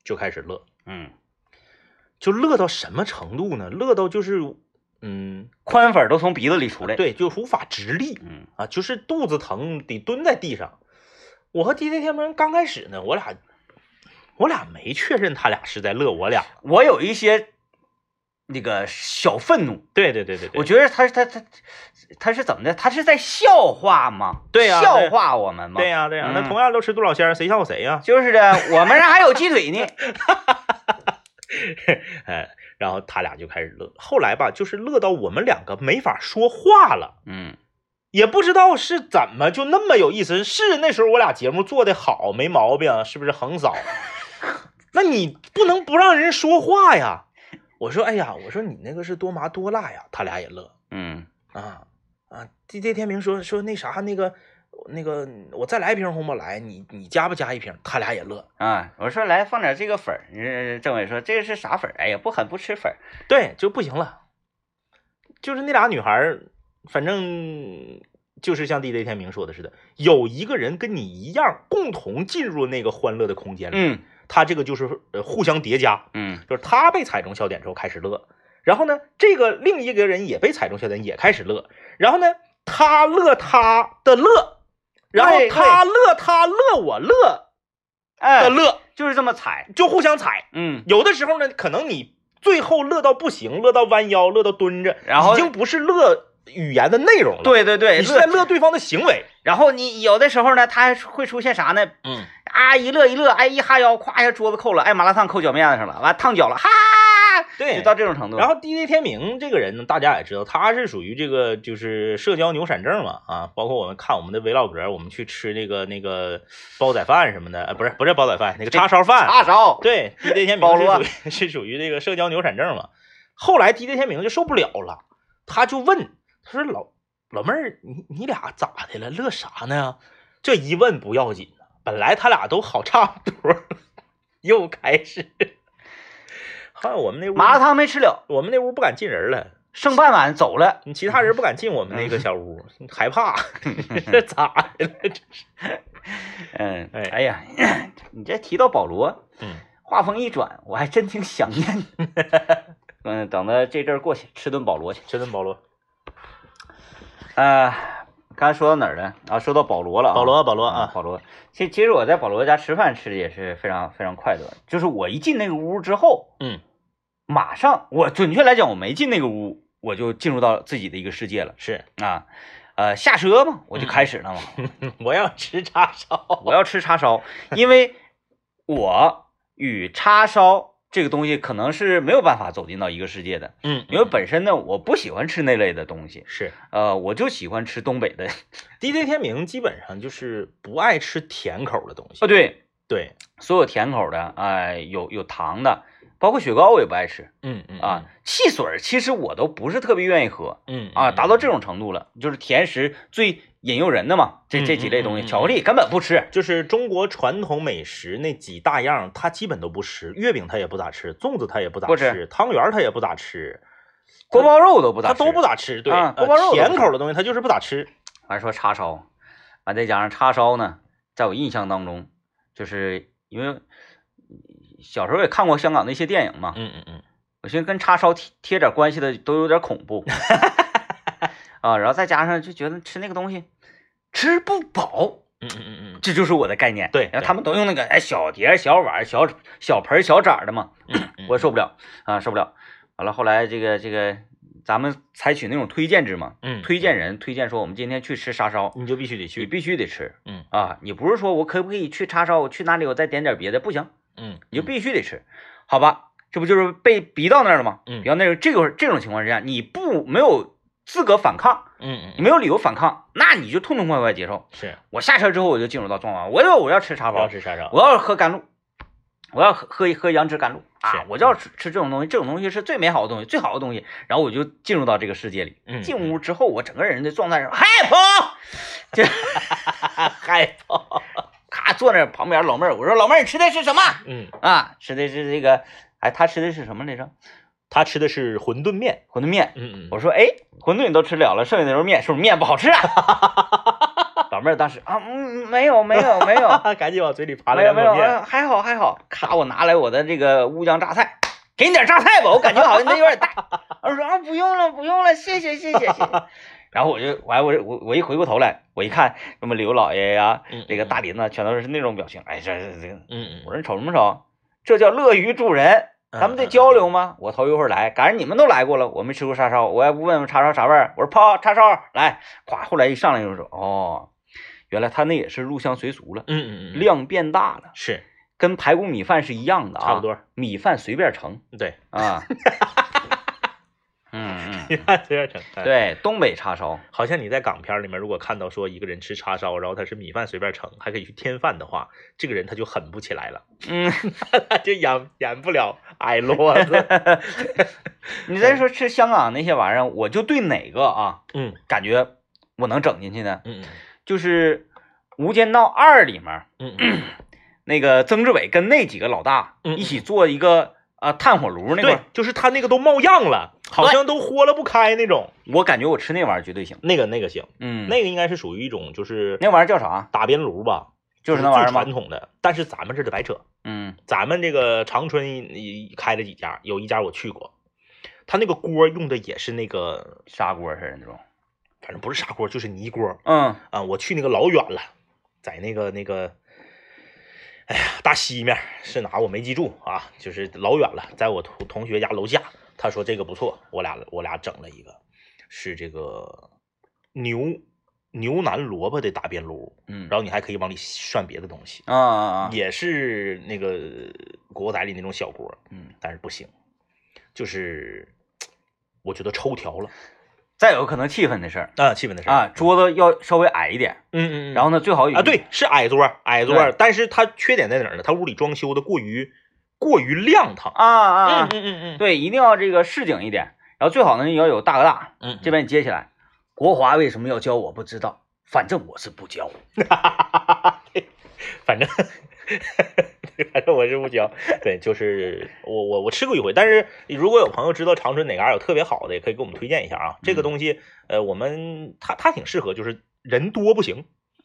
[SPEAKER 2] 就开始乐。
[SPEAKER 1] 嗯，
[SPEAKER 2] 就乐到什么程度呢？乐到就是，嗯，
[SPEAKER 1] 宽粉儿都从鼻子里出来。，
[SPEAKER 2] 对，就是无法直立
[SPEAKER 1] 嗯，
[SPEAKER 2] 啊，就是肚子疼，得蹲在地上。我和 DJ 天明刚开始呢，我俩，我俩没确认他俩是在乐我俩。
[SPEAKER 1] 我有一些那个小愤怒，
[SPEAKER 2] 对对对对对，
[SPEAKER 1] 我觉得他他他他是怎么的？他是在笑话吗？
[SPEAKER 2] 对呀
[SPEAKER 1] 笑话我们吗？
[SPEAKER 2] 对呀、对呀、那
[SPEAKER 1] 嗯
[SPEAKER 2] 同样都吃杜老仙儿，谁笑谁呀、
[SPEAKER 1] 就是的，我们这还有鸡腿呢。
[SPEAKER 2] 哎，然后他俩就开始乐。后来吧，就是乐到我们两个没法说话了。
[SPEAKER 1] 嗯
[SPEAKER 2] 也不知道是怎么就那么有意思。是那时候我俩节目做的好，没毛病，是不是横扫？ 那你不能不让人说话呀！我说，哎呀，我说你那个是多麻多辣呀，他俩也乐
[SPEAKER 1] 嗯
[SPEAKER 2] 啊啊！DJ 天明说说那啥那个那个，我再来一瓶红宝来，你你加不加一瓶？他俩也乐。
[SPEAKER 1] 啊，我说来放点这个粉儿，呃政委说这个是啥粉儿？哎呀，不狠不吃粉儿。
[SPEAKER 2] 对，就不行了。就是那俩女孩儿，反正就是像 DJ 天明说的似的，有一个人跟你一样，共同进入那个欢乐的空间里。
[SPEAKER 1] 嗯
[SPEAKER 2] 他这个就是呃互相叠加，
[SPEAKER 1] 嗯
[SPEAKER 2] 就是他被踩中笑点之后开始乐，然后呢，这个另一个人也被踩中笑点也开始乐，然后呢，他乐他的乐，然后
[SPEAKER 1] 对
[SPEAKER 2] 他乐他乐我乐
[SPEAKER 1] 哎
[SPEAKER 2] 的，乐，
[SPEAKER 1] 就是这么踩。
[SPEAKER 2] 就互相踩。
[SPEAKER 1] 嗯，
[SPEAKER 2] 有的时候呢，可能你最后乐到不行，乐到弯腰，乐到蹲着，
[SPEAKER 1] 然后
[SPEAKER 2] 已经不是乐语言的内容了，
[SPEAKER 1] 对对对，
[SPEAKER 2] 你是在
[SPEAKER 1] 乐
[SPEAKER 2] 乐对方的行为。
[SPEAKER 1] 然后你有的时候呢，他还会出现啥呢？
[SPEAKER 2] 嗯，
[SPEAKER 1] 啊，一乐一乐，哎，一哈腰，咵一下桌子扣了，哎，麻辣烫扣脚面子上了，完烫脚了，哈，
[SPEAKER 2] 对
[SPEAKER 1] 就到这种程度。
[SPEAKER 2] 然后 DJ 天明这个人呢，大家也知道，他是属于这个就是社交牛闪症嘛啊，包括我们看我们的维老格，我们去吃那个那个煲仔饭什么的，呃，不是不是煲仔饭，那个叉烧饭，
[SPEAKER 1] 叉烧，
[SPEAKER 2] 对，DJ 天
[SPEAKER 1] 包
[SPEAKER 2] 明是
[SPEAKER 1] 罗
[SPEAKER 2] 属于是属于这个社交牛闪症嘛。后来 DJ 天明就受不了了，他就问，他说老老妹儿，你你俩咋的了？乐啥呢？这一问不要紧啊，本来他俩都好差不多了，又开始。好像我们那屋
[SPEAKER 1] 麻辣烫没吃了，
[SPEAKER 2] 我们那屋不敢进人了，
[SPEAKER 1] 剩半碗走了。
[SPEAKER 2] 你其他人不敢进我们那个小屋，害 怕，这咋的了？这是
[SPEAKER 1] 嗯，
[SPEAKER 2] 哎
[SPEAKER 1] 哎呀，你这提到保罗，
[SPEAKER 2] 嗯，
[SPEAKER 1] 话锋一转，我还真挺想念你。嗯，等到这阵儿过去，吃顿保罗去。
[SPEAKER 2] 吃顿保罗，
[SPEAKER 1] 呃，刚才说到哪儿了？啊，说到保罗了啊。
[SPEAKER 2] 保罗，保罗
[SPEAKER 1] 啊，
[SPEAKER 2] 啊，
[SPEAKER 1] 保罗。其其实我在保罗家吃饭吃的也是非常非常快乐，就是我一进那个屋之后，
[SPEAKER 2] 嗯，
[SPEAKER 1] 马上我准确来讲，我没进那个屋，我就进入到自己的一个世界了
[SPEAKER 2] 是，
[SPEAKER 1] 啊。呃，下车嘛，
[SPEAKER 2] 嗯
[SPEAKER 1] 我就开始了嘛，
[SPEAKER 2] 我要吃叉烧。
[SPEAKER 1] 我要吃叉烧，因为我与叉烧这个东西可能是没有办法走进到一个世界的，
[SPEAKER 2] 嗯
[SPEAKER 1] 因为本身呢，我不喜欢吃那类的东西，
[SPEAKER 2] 是
[SPEAKER 1] 呃，我就喜欢吃东北的。
[SPEAKER 2] DJ 天明基本上就是不爱吃甜口的东西
[SPEAKER 1] 哦，。对，
[SPEAKER 2] 对，
[SPEAKER 1] 所有甜口的，哎、有有糖的，包括雪糕我也不爱吃
[SPEAKER 2] 嗯嗯
[SPEAKER 1] 啊。，汽水儿其实我都不是特别愿意喝
[SPEAKER 2] 嗯嗯
[SPEAKER 1] 啊，达到这种
[SPEAKER 2] 种
[SPEAKER 1] 程度了，就是甜食最引诱人的嘛，这这几类东
[SPEAKER 2] 嗯嗯嗯
[SPEAKER 1] 西，
[SPEAKER 2] 嗯
[SPEAKER 1] 巧克力根本不吃。
[SPEAKER 2] 就是中国传统美食那几大样，他基本都不吃，月饼他也不咋吃，粽子他也不咋
[SPEAKER 1] 不
[SPEAKER 2] 吃，
[SPEAKER 1] 吃
[SPEAKER 2] 汤圆他也不咋吃，
[SPEAKER 1] 锅包肉都不咋
[SPEAKER 2] 他
[SPEAKER 1] 吃，
[SPEAKER 2] 都不咋吃。对，
[SPEAKER 1] 啊
[SPEAKER 2] 呃
[SPEAKER 1] 锅包肉都
[SPEAKER 2] 甜
[SPEAKER 1] 不
[SPEAKER 2] 口的东西他就是不咋吃。
[SPEAKER 1] 完说叉烧，完再加上叉烧呢，在我印象当中，就是因为小时候也看过香港的一些电影嘛，
[SPEAKER 2] 嗯嗯嗯，
[SPEAKER 1] 我寻思跟叉烧贴贴点关系的都有点恐 怖，啊，然后再加上就觉得吃那个东西吃不饱，
[SPEAKER 2] 嗯嗯嗯
[SPEAKER 1] 这就是我的概念。
[SPEAKER 2] 对
[SPEAKER 1] 然
[SPEAKER 2] 对
[SPEAKER 1] 后他们都用那个哎小碟、小碗、小小盆、小盏儿的嘛，
[SPEAKER 2] 嗯
[SPEAKER 1] 我受不了啊，受不了。完了后来这个这个，咱们采取那种推荐制嘛，
[SPEAKER 2] 嗯
[SPEAKER 1] 推荐人推荐说我们今天去吃叉烧，
[SPEAKER 2] 你就必须得
[SPEAKER 1] 你
[SPEAKER 2] 去。
[SPEAKER 1] 必须得吃，
[SPEAKER 2] 嗯
[SPEAKER 1] 啊，你不是说我可不可以去叉烧，我去哪里我再点点别的，不行，
[SPEAKER 2] 嗯，
[SPEAKER 1] 你就必须得吃，好吧？这不就是被逼到那儿了吗？
[SPEAKER 2] 嗯
[SPEAKER 1] 比方那种这个这种情况之下，你不没有资格反抗，
[SPEAKER 2] 嗯
[SPEAKER 1] 你
[SPEAKER 2] 嗯
[SPEAKER 1] 没有理由反抗，那你就痛痛快快接受。
[SPEAKER 2] 是
[SPEAKER 1] 我下车之后我就进入到状况，我要我要吃叉
[SPEAKER 2] 不要
[SPEAKER 1] 烧，
[SPEAKER 2] 吃叉烧。
[SPEAKER 1] 我要喝甘露，我要喝喝一喝杨枝甘露啊
[SPEAKER 2] 是，
[SPEAKER 1] 我就要吃吃这种东西，这种东西是最美好的东西，最好的东西。然后我就进入到这个世界里，
[SPEAKER 2] 嗯
[SPEAKER 1] 进 屋之后我整个人的状态是嗨跑，就嗨跑，咔坐那旁边老妹儿，我说老妹儿你吃的是什么
[SPEAKER 2] 嗯，
[SPEAKER 1] 啊？吃的是这个，哎，她吃的是什么来着？
[SPEAKER 2] 他吃的是馄饨面。
[SPEAKER 1] 馄饨面。
[SPEAKER 2] 嗯
[SPEAKER 1] 我说哎，馄饨你都吃了了，剩下那肉面是不是面不好吃啊？ 老妹儿当时啊，嗯，没有没有没有，
[SPEAKER 2] 嗯， 赶紧往嘴里扒
[SPEAKER 1] 没
[SPEAKER 2] 拉
[SPEAKER 1] 有
[SPEAKER 2] 两
[SPEAKER 1] 没有，
[SPEAKER 2] 口面。
[SPEAKER 1] 哎还好还好。咔，我拿来我的这个乌江榨菜，给你点榨菜吧，我感觉好像那有点大。我说啊，不用了不用了，谢谢谢谢谢谢。 然后我就，我还我我我一回过头来，我一看什么刘老爷呀、
[SPEAKER 2] 嗯
[SPEAKER 1] 这个大林子，全都是那种表情。哎，这这这个，
[SPEAKER 2] 嗯嗯，
[SPEAKER 1] 我说你瞅什么瞅？这叫乐于助人，
[SPEAKER 2] 嗯
[SPEAKER 1] 咱们得交流吗？我头一会儿来，赶上你们都来过了，我没吃过叉烧，我也不问问叉烧啥味儿。我说泡叉烧来，咵，后来一上来就说，哦，原来他那也是入乡随俗了，
[SPEAKER 2] 嗯嗯嗯，
[SPEAKER 1] 量变大了。
[SPEAKER 2] 是
[SPEAKER 1] 跟排骨米饭是一样的啊，
[SPEAKER 2] 差不多。
[SPEAKER 1] 米饭随便盛
[SPEAKER 2] 对，
[SPEAKER 1] 啊。嗯
[SPEAKER 2] 你
[SPEAKER 1] 嗯，
[SPEAKER 2] 看这样整。哎
[SPEAKER 1] 对，东北叉烧，
[SPEAKER 2] 好像你在港片里面，如果看到说一个人吃叉烧，然后他是米饭随便盛，还可以去添饭的话，这个人他就狠不起来了，
[SPEAKER 1] 嗯，
[SPEAKER 2] 他就演演不了矮 骡子。
[SPEAKER 1] 你再说吃香港那些玩意儿，我就对哪个啊
[SPEAKER 2] 嗯
[SPEAKER 1] 感觉我能整进去呢？
[SPEAKER 2] 嗯
[SPEAKER 1] 就是《无间道二》里面
[SPEAKER 2] 嗯嗯，
[SPEAKER 1] 那个曾志伟跟那几个老大
[SPEAKER 2] 嗯嗯
[SPEAKER 1] 一起做一个啊炭火炉那块
[SPEAKER 2] 对
[SPEAKER 1] 儿，，
[SPEAKER 2] 就是他那个都冒样了，好像都豁了不开那种。
[SPEAKER 1] 我感觉我吃那玩意儿绝对行。
[SPEAKER 2] 那个那个行，
[SPEAKER 1] 嗯，
[SPEAKER 2] 那个应该是属于一种就是
[SPEAKER 1] 那玩意儿叫啥？
[SPEAKER 2] 打边炉吧，
[SPEAKER 1] 就是是那玩意
[SPEAKER 2] 最
[SPEAKER 1] 儿吗
[SPEAKER 2] 传？统的，但是咱们这儿的白扯。
[SPEAKER 1] 嗯，
[SPEAKER 2] 咱们这个长春一一开了几家，有一家我去过，他那个锅用的也是那个，
[SPEAKER 1] 砂锅似的那种。
[SPEAKER 2] 反正不是砂锅，就是泥锅。
[SPEAKER 1] 嗯
[SPEAKER 2] 啊，我去那个老远了，在那个那个，哎呀，大西面是哪我没记住啊，就是老远了，在我同同学家楼下，他说这个不错，我俩我俩整了一个，是这个牛牛腩萝卜的大边炉，
[SPEAKER 1] 嗯，
[SPEAKER 2] 然后你还可以往里涮别的东西，
[SPEAKER 1] 啊啊啊，
[SPEAKER 2] 也是那个国仔里那种小锅，
[SPEAKER 1] 嗯。
[SPEAKER 2] 但是不行，就是我觉得抽条了
[SPEAKER 1] 再有可能气氛的事儿
[SPEAKER 2] 啊，气氛的事儿
[SPEAKER 1] 啊，，桌子要稍微矮一点，
[SPEAKER 2] 嗯嗯嗯，
[SPEAKER 1] 然后呢，最好有
[SPEAKER 2] 啊，对，是矮桌儿，矮桌
[SPEAKER 1] 对
[SPEAKER 2] 儿，但是它缺点在哪儿呢？它屋里装修的过于过于亮堂。
[SPEAKER 1] 啊啊，啊
[SPEAKER 2] 嗯嗯
[SPEAKER 1] 对，一定要这个市井一点，然后最好呢要有大哥大，
[SPEAKER 2] 嗯
[SPEAKER 1] 这边接起来。国华为什么要教我不知道，反正我是不教。
[SPEAKER 2] 反正 反正我是不教。对，就是我我我吃过一回，但是如果有朋友知道长春哪嘎有特别好的，也可以给我们推荐一下啊。这个
[SPEAKER 1] 嗯
[SPEAKER 2] 东西，呃，我们它它挺适合，就是人多不行，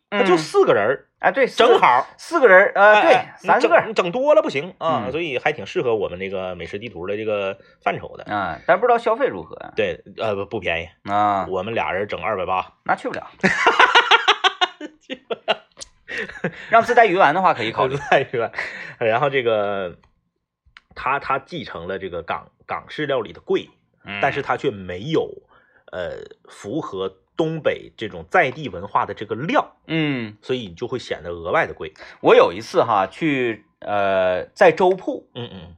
[SPEAKER 2] 那就四个人儿，
[SPEAKER 1] 哎，对，四
[SPEAKER 2] 正好。
[SPEAKER 1] 四个人，呃，对
[SPEAKER 2] 哎，
[SPEAKER 1] 三个
[SPEAKER 2] 整整多了不行啊，
[SPEAKER 1] 嗯
[SPEAKER 2] 所以还挺适合我们这个美食地图的这个范畴的。
[SPEAKER 1] 啊，但不知道消费如何
[SPEAKER 2] 对，呃，不不便宜，
[SPEAKER 1] 啊，
[SPEAKER 2] 我们俩人整二百八，
[SPEAKER 1] 那去不 了。让自带鱼丸的话可以 考虑。
[SPEAKER 2] 太远。然后这个他他继承了这个港港式料理的贵，
[SPEAKER 1] 嗯
[SPEAKER 2] 但是它却没有呃符合东北这种在地文化的这个料，
[SPEAKER 1] 嗯，嗯，
[SPEAKER 2] 所以你就会显得额外的贵。
[SPEAKER 1] 我有一次哈去呃在粥铺，
[SPEAKER 2] 嗯嗯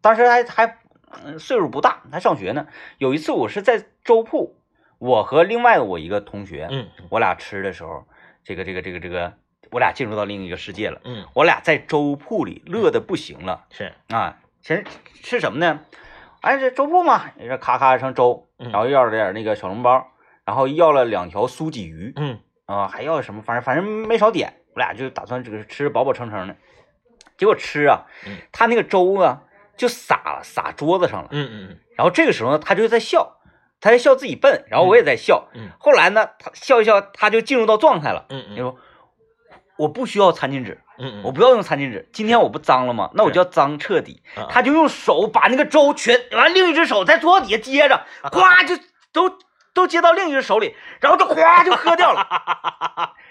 [SPEAKER 1] 当时还还嗯岁数不大，还上学呢。有一次我是在粥铺，我和另外我一个同学，
[SPEAKER 2] 嗯
[SPEAKER 1] 我俩吃的时候，这个这个这个这个，我俩进入到另一个世界了。
[SPEAKER 2] 嗯，
[SPEAKER 1] 我俩在粥铺里乐的不行了
[SPEAKER 2] 是，
[SPEAKER 1] 啊！其实吃什么呢？哎，这粥铺嘛，这咔咔上粥，
[SPEAKER 2] 嗯
[SPEAKER 1] 然后要了点那个小笼包，然后要了两条苏鲫鱼
[SPEAKER 2] 嗯
[SPEAKER 1] 啊，还要什么，反正反正没少点。我俩就打算这个吃饱饱撑撑的，结果吃啊
[SPEAKER 2] 嗯，
[SPEAKER 1] 他那个粥啊就洒洒桌子上了。
[SPEAKER 2] 嗯嗯
[SPEAKER 1] 然后这个时候呢，他就在笑，他在笑自己笨，然后我也在笑。
[SPEAKER 2] 嗯嗯
[SPEAKER 1] 后来呢，他笑一笑，他就进入到状态了。
[SPEAKER 2] 嗯
[SPEAKER 1] 你
[SPEAKER 2] 嗯
[SPEAKER 1] 说，我不需要餐巾纸，
[SPEAKER 2] 嗯，
[SPEAKER 1] 我不要用餐巾纸，今天我不脏了吗？那我就要脏彻底。
[SPEAKER 2] 嗯
[SPEAKER 1] 他就用手把那个粥全，完另一只手在桌子底下接着，
[SPEAKER 2] 啊
[SPEAKER 1] 哗就都都接到另一只手里，然后就哗就喝掉 了。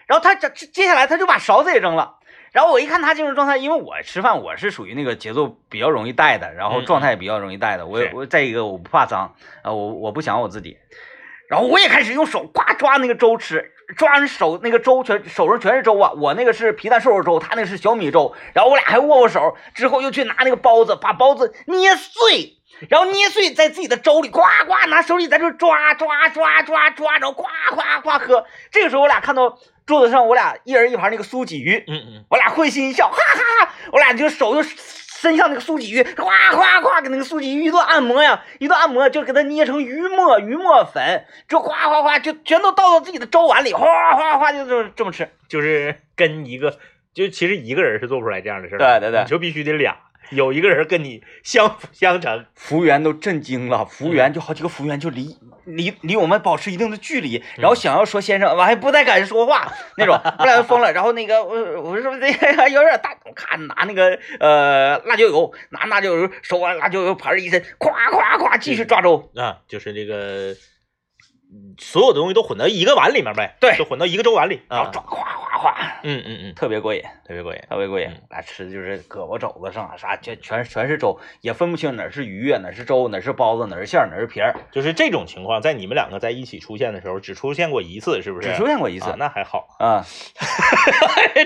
[SPEAKER 1] 然后他这接下来他就把勺子也扔了。然后我一看他进入状态，因为我吃饭我是属于那个节奏比较容易带的，然后
[SPEAKER 2] 嗯
[SPEAKER 1] 状态也比较容易带的。我
[SPEAKER 2] 是
[SPEAKER 1] 我再一个我不怕脏啊、我我不想我自己。然后我也开始用手呱抓那个粥吃，抓人手那个粥全手上全是粥啊，我那个是皮蛋瘦肉粥，他那个是小米粥，然后我俩还握握手，之后又去拿那个包子把包子捏碎。然后捏碎在自己的粥里，呱呱拿手里在这抓抓抓抓抓，然后呱呱呱喝。这个时候我俩看到桌子上我俩一人一盘那个苏鲫鱼，
[SPEAKER 2] 嗯嗯
[SPEAKER 1] 我俩会心一笑，哈哈哈！我俩就手就伸向那个苏鲫鱼，哗哗哗，给那个苏鲫鱼一顿按摩呀，一顿按摩就给它捏成鱼沫鱼沫粉，就哗哗哗就全都倒到自己的粥碗里，哗哗哗就这么这么吃。
[SPEAKER 2] 就是跟一个，就其实一个人是做不出来这样的事儿，
[SPEAKER 1] 对对对
[SPEAKER 2] 你就必须得俩，有一个人跟你相辅相成，
[SPEAKER 1] 服务员都震惊
[SPEAKER 2] 嗯
[SPEAKER 1] 了，服务员就好几个服务员就离离离我们保持一定的距离，
[SPEAKER 2] 嗯
[SPEAKER 1] 然后想要说先生，完哎还不太敢说话 那种，我俩就疯了。然后那个我我说这个有点大，我咔拿那个呃辣椒油，拿辣椒油手完辣椒油盘儿一伸，咵咵咵继续抓粥。
[SPEAKER 2] 啊，就是这个。嗯所有的东西都混到一个碗里面呗，
[SPEAKER 1] 对
[SPEAKER 2] 都混到一个粥碗里
[SPEAKER 1] 然后
[SPEAKER 2] 啊。
[SPEAKER 1] 抓哗哗哗，
[SPEAKER 2] 嗯嗯嗯，
[SPEAKER 1] 特别过瘾，
[SPEAKER 2] 特别过瘾。
[SPEAKER 1] 特别过瘾
[SPEAKER 2] 嗯。
[SPEAKER 1] 俺吃的就是胳膊肘子上啊啥，全全全是粥，也分不清哪是鱼啊，哪是粥，哪是包子，哪是馅儿，哪是皮儿，
[SPEAKER 2] 就是这种情况，在你们两个在一起出现的时候，只出现过一次，是不是？
[SPEAKER 1] 只出现过一次
[SPEAKER 2] 啊，那还好。
[SPEAKER 1] 啊。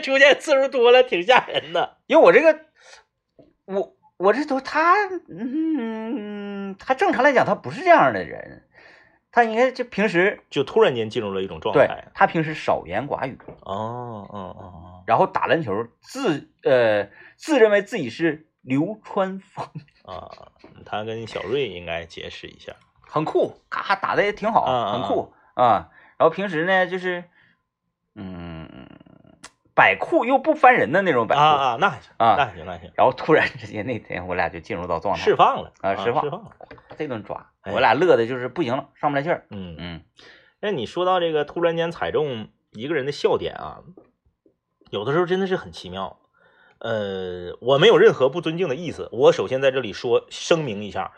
[SPEAKER 2] 出现次数多了，挺吓人的。
[SPEAKER 1] 因为我这个，我我这都他，嗯，他正常来讲他不是这样的人，他应该就平时
[SPEAKER 2] 就突然间进入了一种状
[SPEAKER 1] 对
[SPEAKER 2] 态。
[SPEAKER 1] 他平时少言寡语，
[SPEAKER 2] 哦，嗯嗯嗯，
[SPEAKER 1] 然后打篮球自呃自认为自己是流川 枫，
[SPEAKER 2] 啊，他跟小瑞应该解释一下。
[SPEAKER 1] 很酷，咔打的也挺好，
[SPEAKER 2] 嗯嗯
[SPEAKER 1] 很酷啊。然后平时呢就是，嗯，摆酷又不烦人的那种摆酷。
[SPEAKER 2] 啊啊，那还行，
[SPEAKER 1] 啊
[SPEAKER 2] 那还行，那还行，
[SPEAKER 1] 然后突然之间那天我俩就进入到状态，
[SPEAKER 2] 释放了
[SPEAKER 1] 啊释
[SPEAKER 2] 释
[SPEAKER 1] 放
[SPEAKER 2] 放了。
[SPEAKER 1] 这顿抓，
[SPEAKER 2] 哎
[SPEAKER 1] 我俩乐的就是不行了，上不来气儿。
[SPEAKER 2] 嗯，
[SPEAKER 1] 嗯
[SPEAKER 2] 那你说到这个突然间踩中一个人的笑点啊，有的时候真的是很奇妙。呃，我没有任何不尊敬的意思，我首先在这里说声明一下，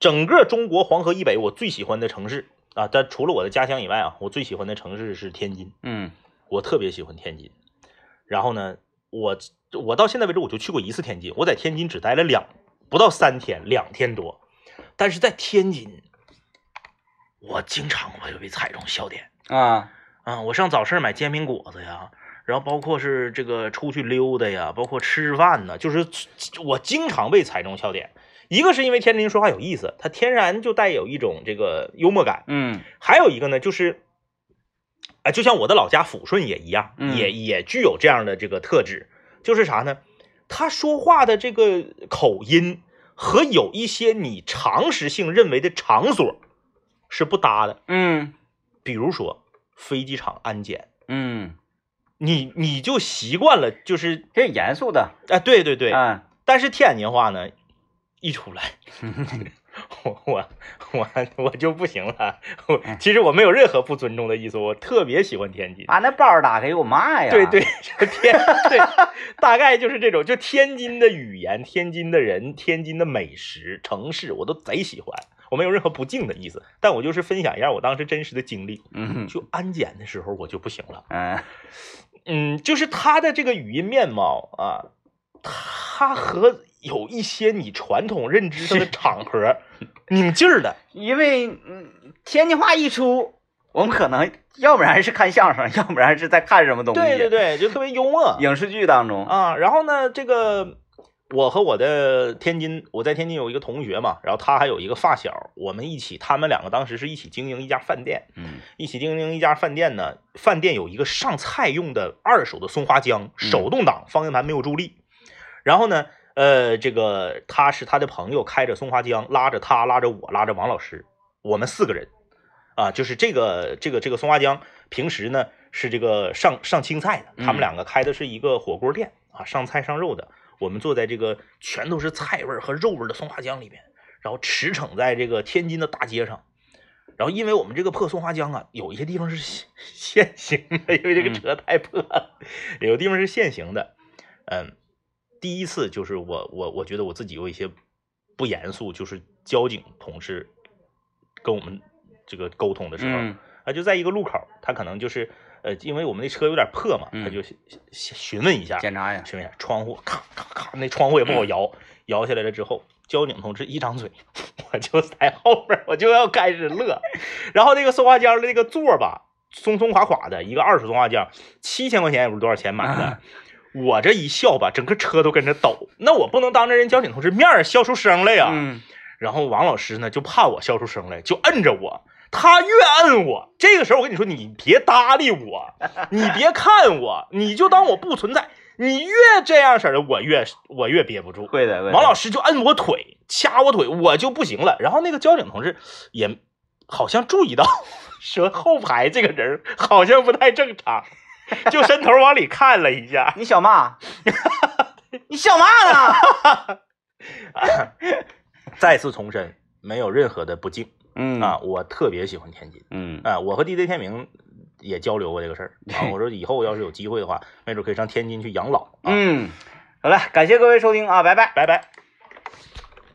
[SPEAKER 2] 整个中国黄河以北，我最喜欢的城市啊，但除了我的家乡以外啊，我最喜欢的城市是天津。
[SPEAKER 1] 嗯
[SPEAKER 2] 我特别喜欢天津。然后呢，我我到现在为止我就去过一次天津，我在天津只待了两不到三天，两天多。但是在天津，我经常我就被踩中笑点
[SPEAKER 1] 啊。
[SPEAKER 2] 啊！我上早市买煎饼果子呀，然后包括是这个出去溜达呀，包括吃饭呢，就是我经常被踩中笑点。一个是因为天津人说话有意思，他天然就带有一种这个幽默感，
[SPEAKER 1] 嗯
[SPEAKER 2] 还有一个呢，就是，啊，就像我的老家抚顺也一样，
[SPEAKER 1] 嗯
[SPEAKER 2] 也也具有这样的这个特质，就是啥呢？他说话的这个口音和有一些你常识性认为的场所是不搭的，
[SPEAKER 1] 嗯
[SPEAKER 2] 比如说飞机场安检，
[SPEAKER 1] 嗯，
[SPEAKER 2] 你你就习惯了，就是
[SPEAKER 1] 这严肃的，
[SPEAKER 2] 啊，对对对，
[SPEAKER 1] 嗯
[SPEAKER 2] 但是天津话呢，一出来，我我我我就不行了。我其实我没有任何不尊重的意思，我特别喜欢天津。
[SPEAKER 1] 把那包打开给我骂呀！
[SPEAKER 2] 对对， 这天对，大概就是这种，就天津的语言、天津的人、天津的美食、城市，我都贼喜欢。我没有任何不敬的意思，但我就是分享一下我当时真实的经历。
[SPEAKER 1] 嗯
[SPEAKER 2] 就安检的时候我就不行了，
[SPEAKER 1] 嗯
[SPEAKER 2] 嗯，就是他的这个语音面貌啊，他和有一些你传统认知上的场合拧劲儿的，
[SPEAKER 1] 因为嗯，天津话一出，我们可能要不然是看相声，要不然是在看什么东西。
[SPEAKER 2] 对对对，就特别幽默
[SPEAKER 1] 影视剧当中，嗯
[SPEAKER 2] 啊。然后呢，这个我和我的天津，我在天津有一个同学嘛，然后他还有一个发小，我们一起，他们两个当时是一起经营一家饭店，
[SPEAKER 1] 嗯
[SPEAKER 2] 一起经营一家饭店呢，饭店有一个上菜用的二手的松花江，手动挡方向盘没有助力。然后呢，呃，这个他是他的朋友开着松花江，拉着他，拉着我，拉着王老师，我们四个人啊，就是这个这个这个松花江，平时呢是这个上上青菜的，他
[SPEAKER 1] 嗯
[SPEAKER 2] 们两个开的是一个火锅店啊，上菜上肉的。我们坐在这个全都是菜味儿和肉味儿的松花江里面，然后驰骋在这个天津的大街上。然后因为我们这个破松花江啊，有一些地方是限 限行的，因为这个
[SPEAKER 1] 嗯
[SPEAKER 2] 车太破了，有的地方是限行的。嗯，第一次就是我我我觉得我自己有一些不严肃，就是交警同事跟我们这个沟通的时候，
[SPEAKER 1] 嗯
[SPEAKER 2] 啊，就在一个路口，他可能就是呃，因为我们那车有点破嘛，他
[SPEAKER 1] 嗯
[SPEAKER 2] 就询询问一下，
[SPEAKER 1] 检查呀，
[SPEAKER 2] 询问一下窗户，咔咔咔，那窗户也不好摇，摇下来了之后，交警同志一张嘴， 我就在后边儿，我就要开始乐。然后那个松花江的那个座儿吧，松松垮垮的，一个二手松花江，七千块钱也不是多少钱买的。我这一笑吧，整个车都跟着抖。那我不能当着人交警同志面儿笑出声来呀、
[SPEAKER 1] 嗯
[SPEAKER 2] 然后王老师呢就怕我笑出声来，就摁着我。他越摁我，这个时候我跟你说，你别搭理我，你别看我，你就当我不存在。你越这样式儿的，我越我越憋不住。
[SPEAKER 1] 会的会的。
[SPEAKER 2] 王老
[SPEAKER 1] 师，
[SPEAKER 2] 师就摁我腿，掐我腿，我就不行了。然后那个交警同志也好像注意到， 说后排这个人好像不太正常，就伸头往里看了一下。
[SPEAKER 1] 你小骂， 你小骂呢？
[SPEAKER 2] 再次重申，没有任何的不敬
[SPEAKER 1] 嗯
[SPEAKER 2] 啊，我特别喜欢天津。
[SPEAKER 1] 嗯
[SPEAKER 2] 啊，我和 DJ 天明也交流过这个事儿啊。我说以后要是有
[SPEAKER 1] 嗯
[SPEAKER 2] 机会的话，没准可以上天津去养老啊。
[SPEAKER 1] 嗯，好了，感谢各位收听啊，拜拜。
[SPEAKER 2] 拜拜。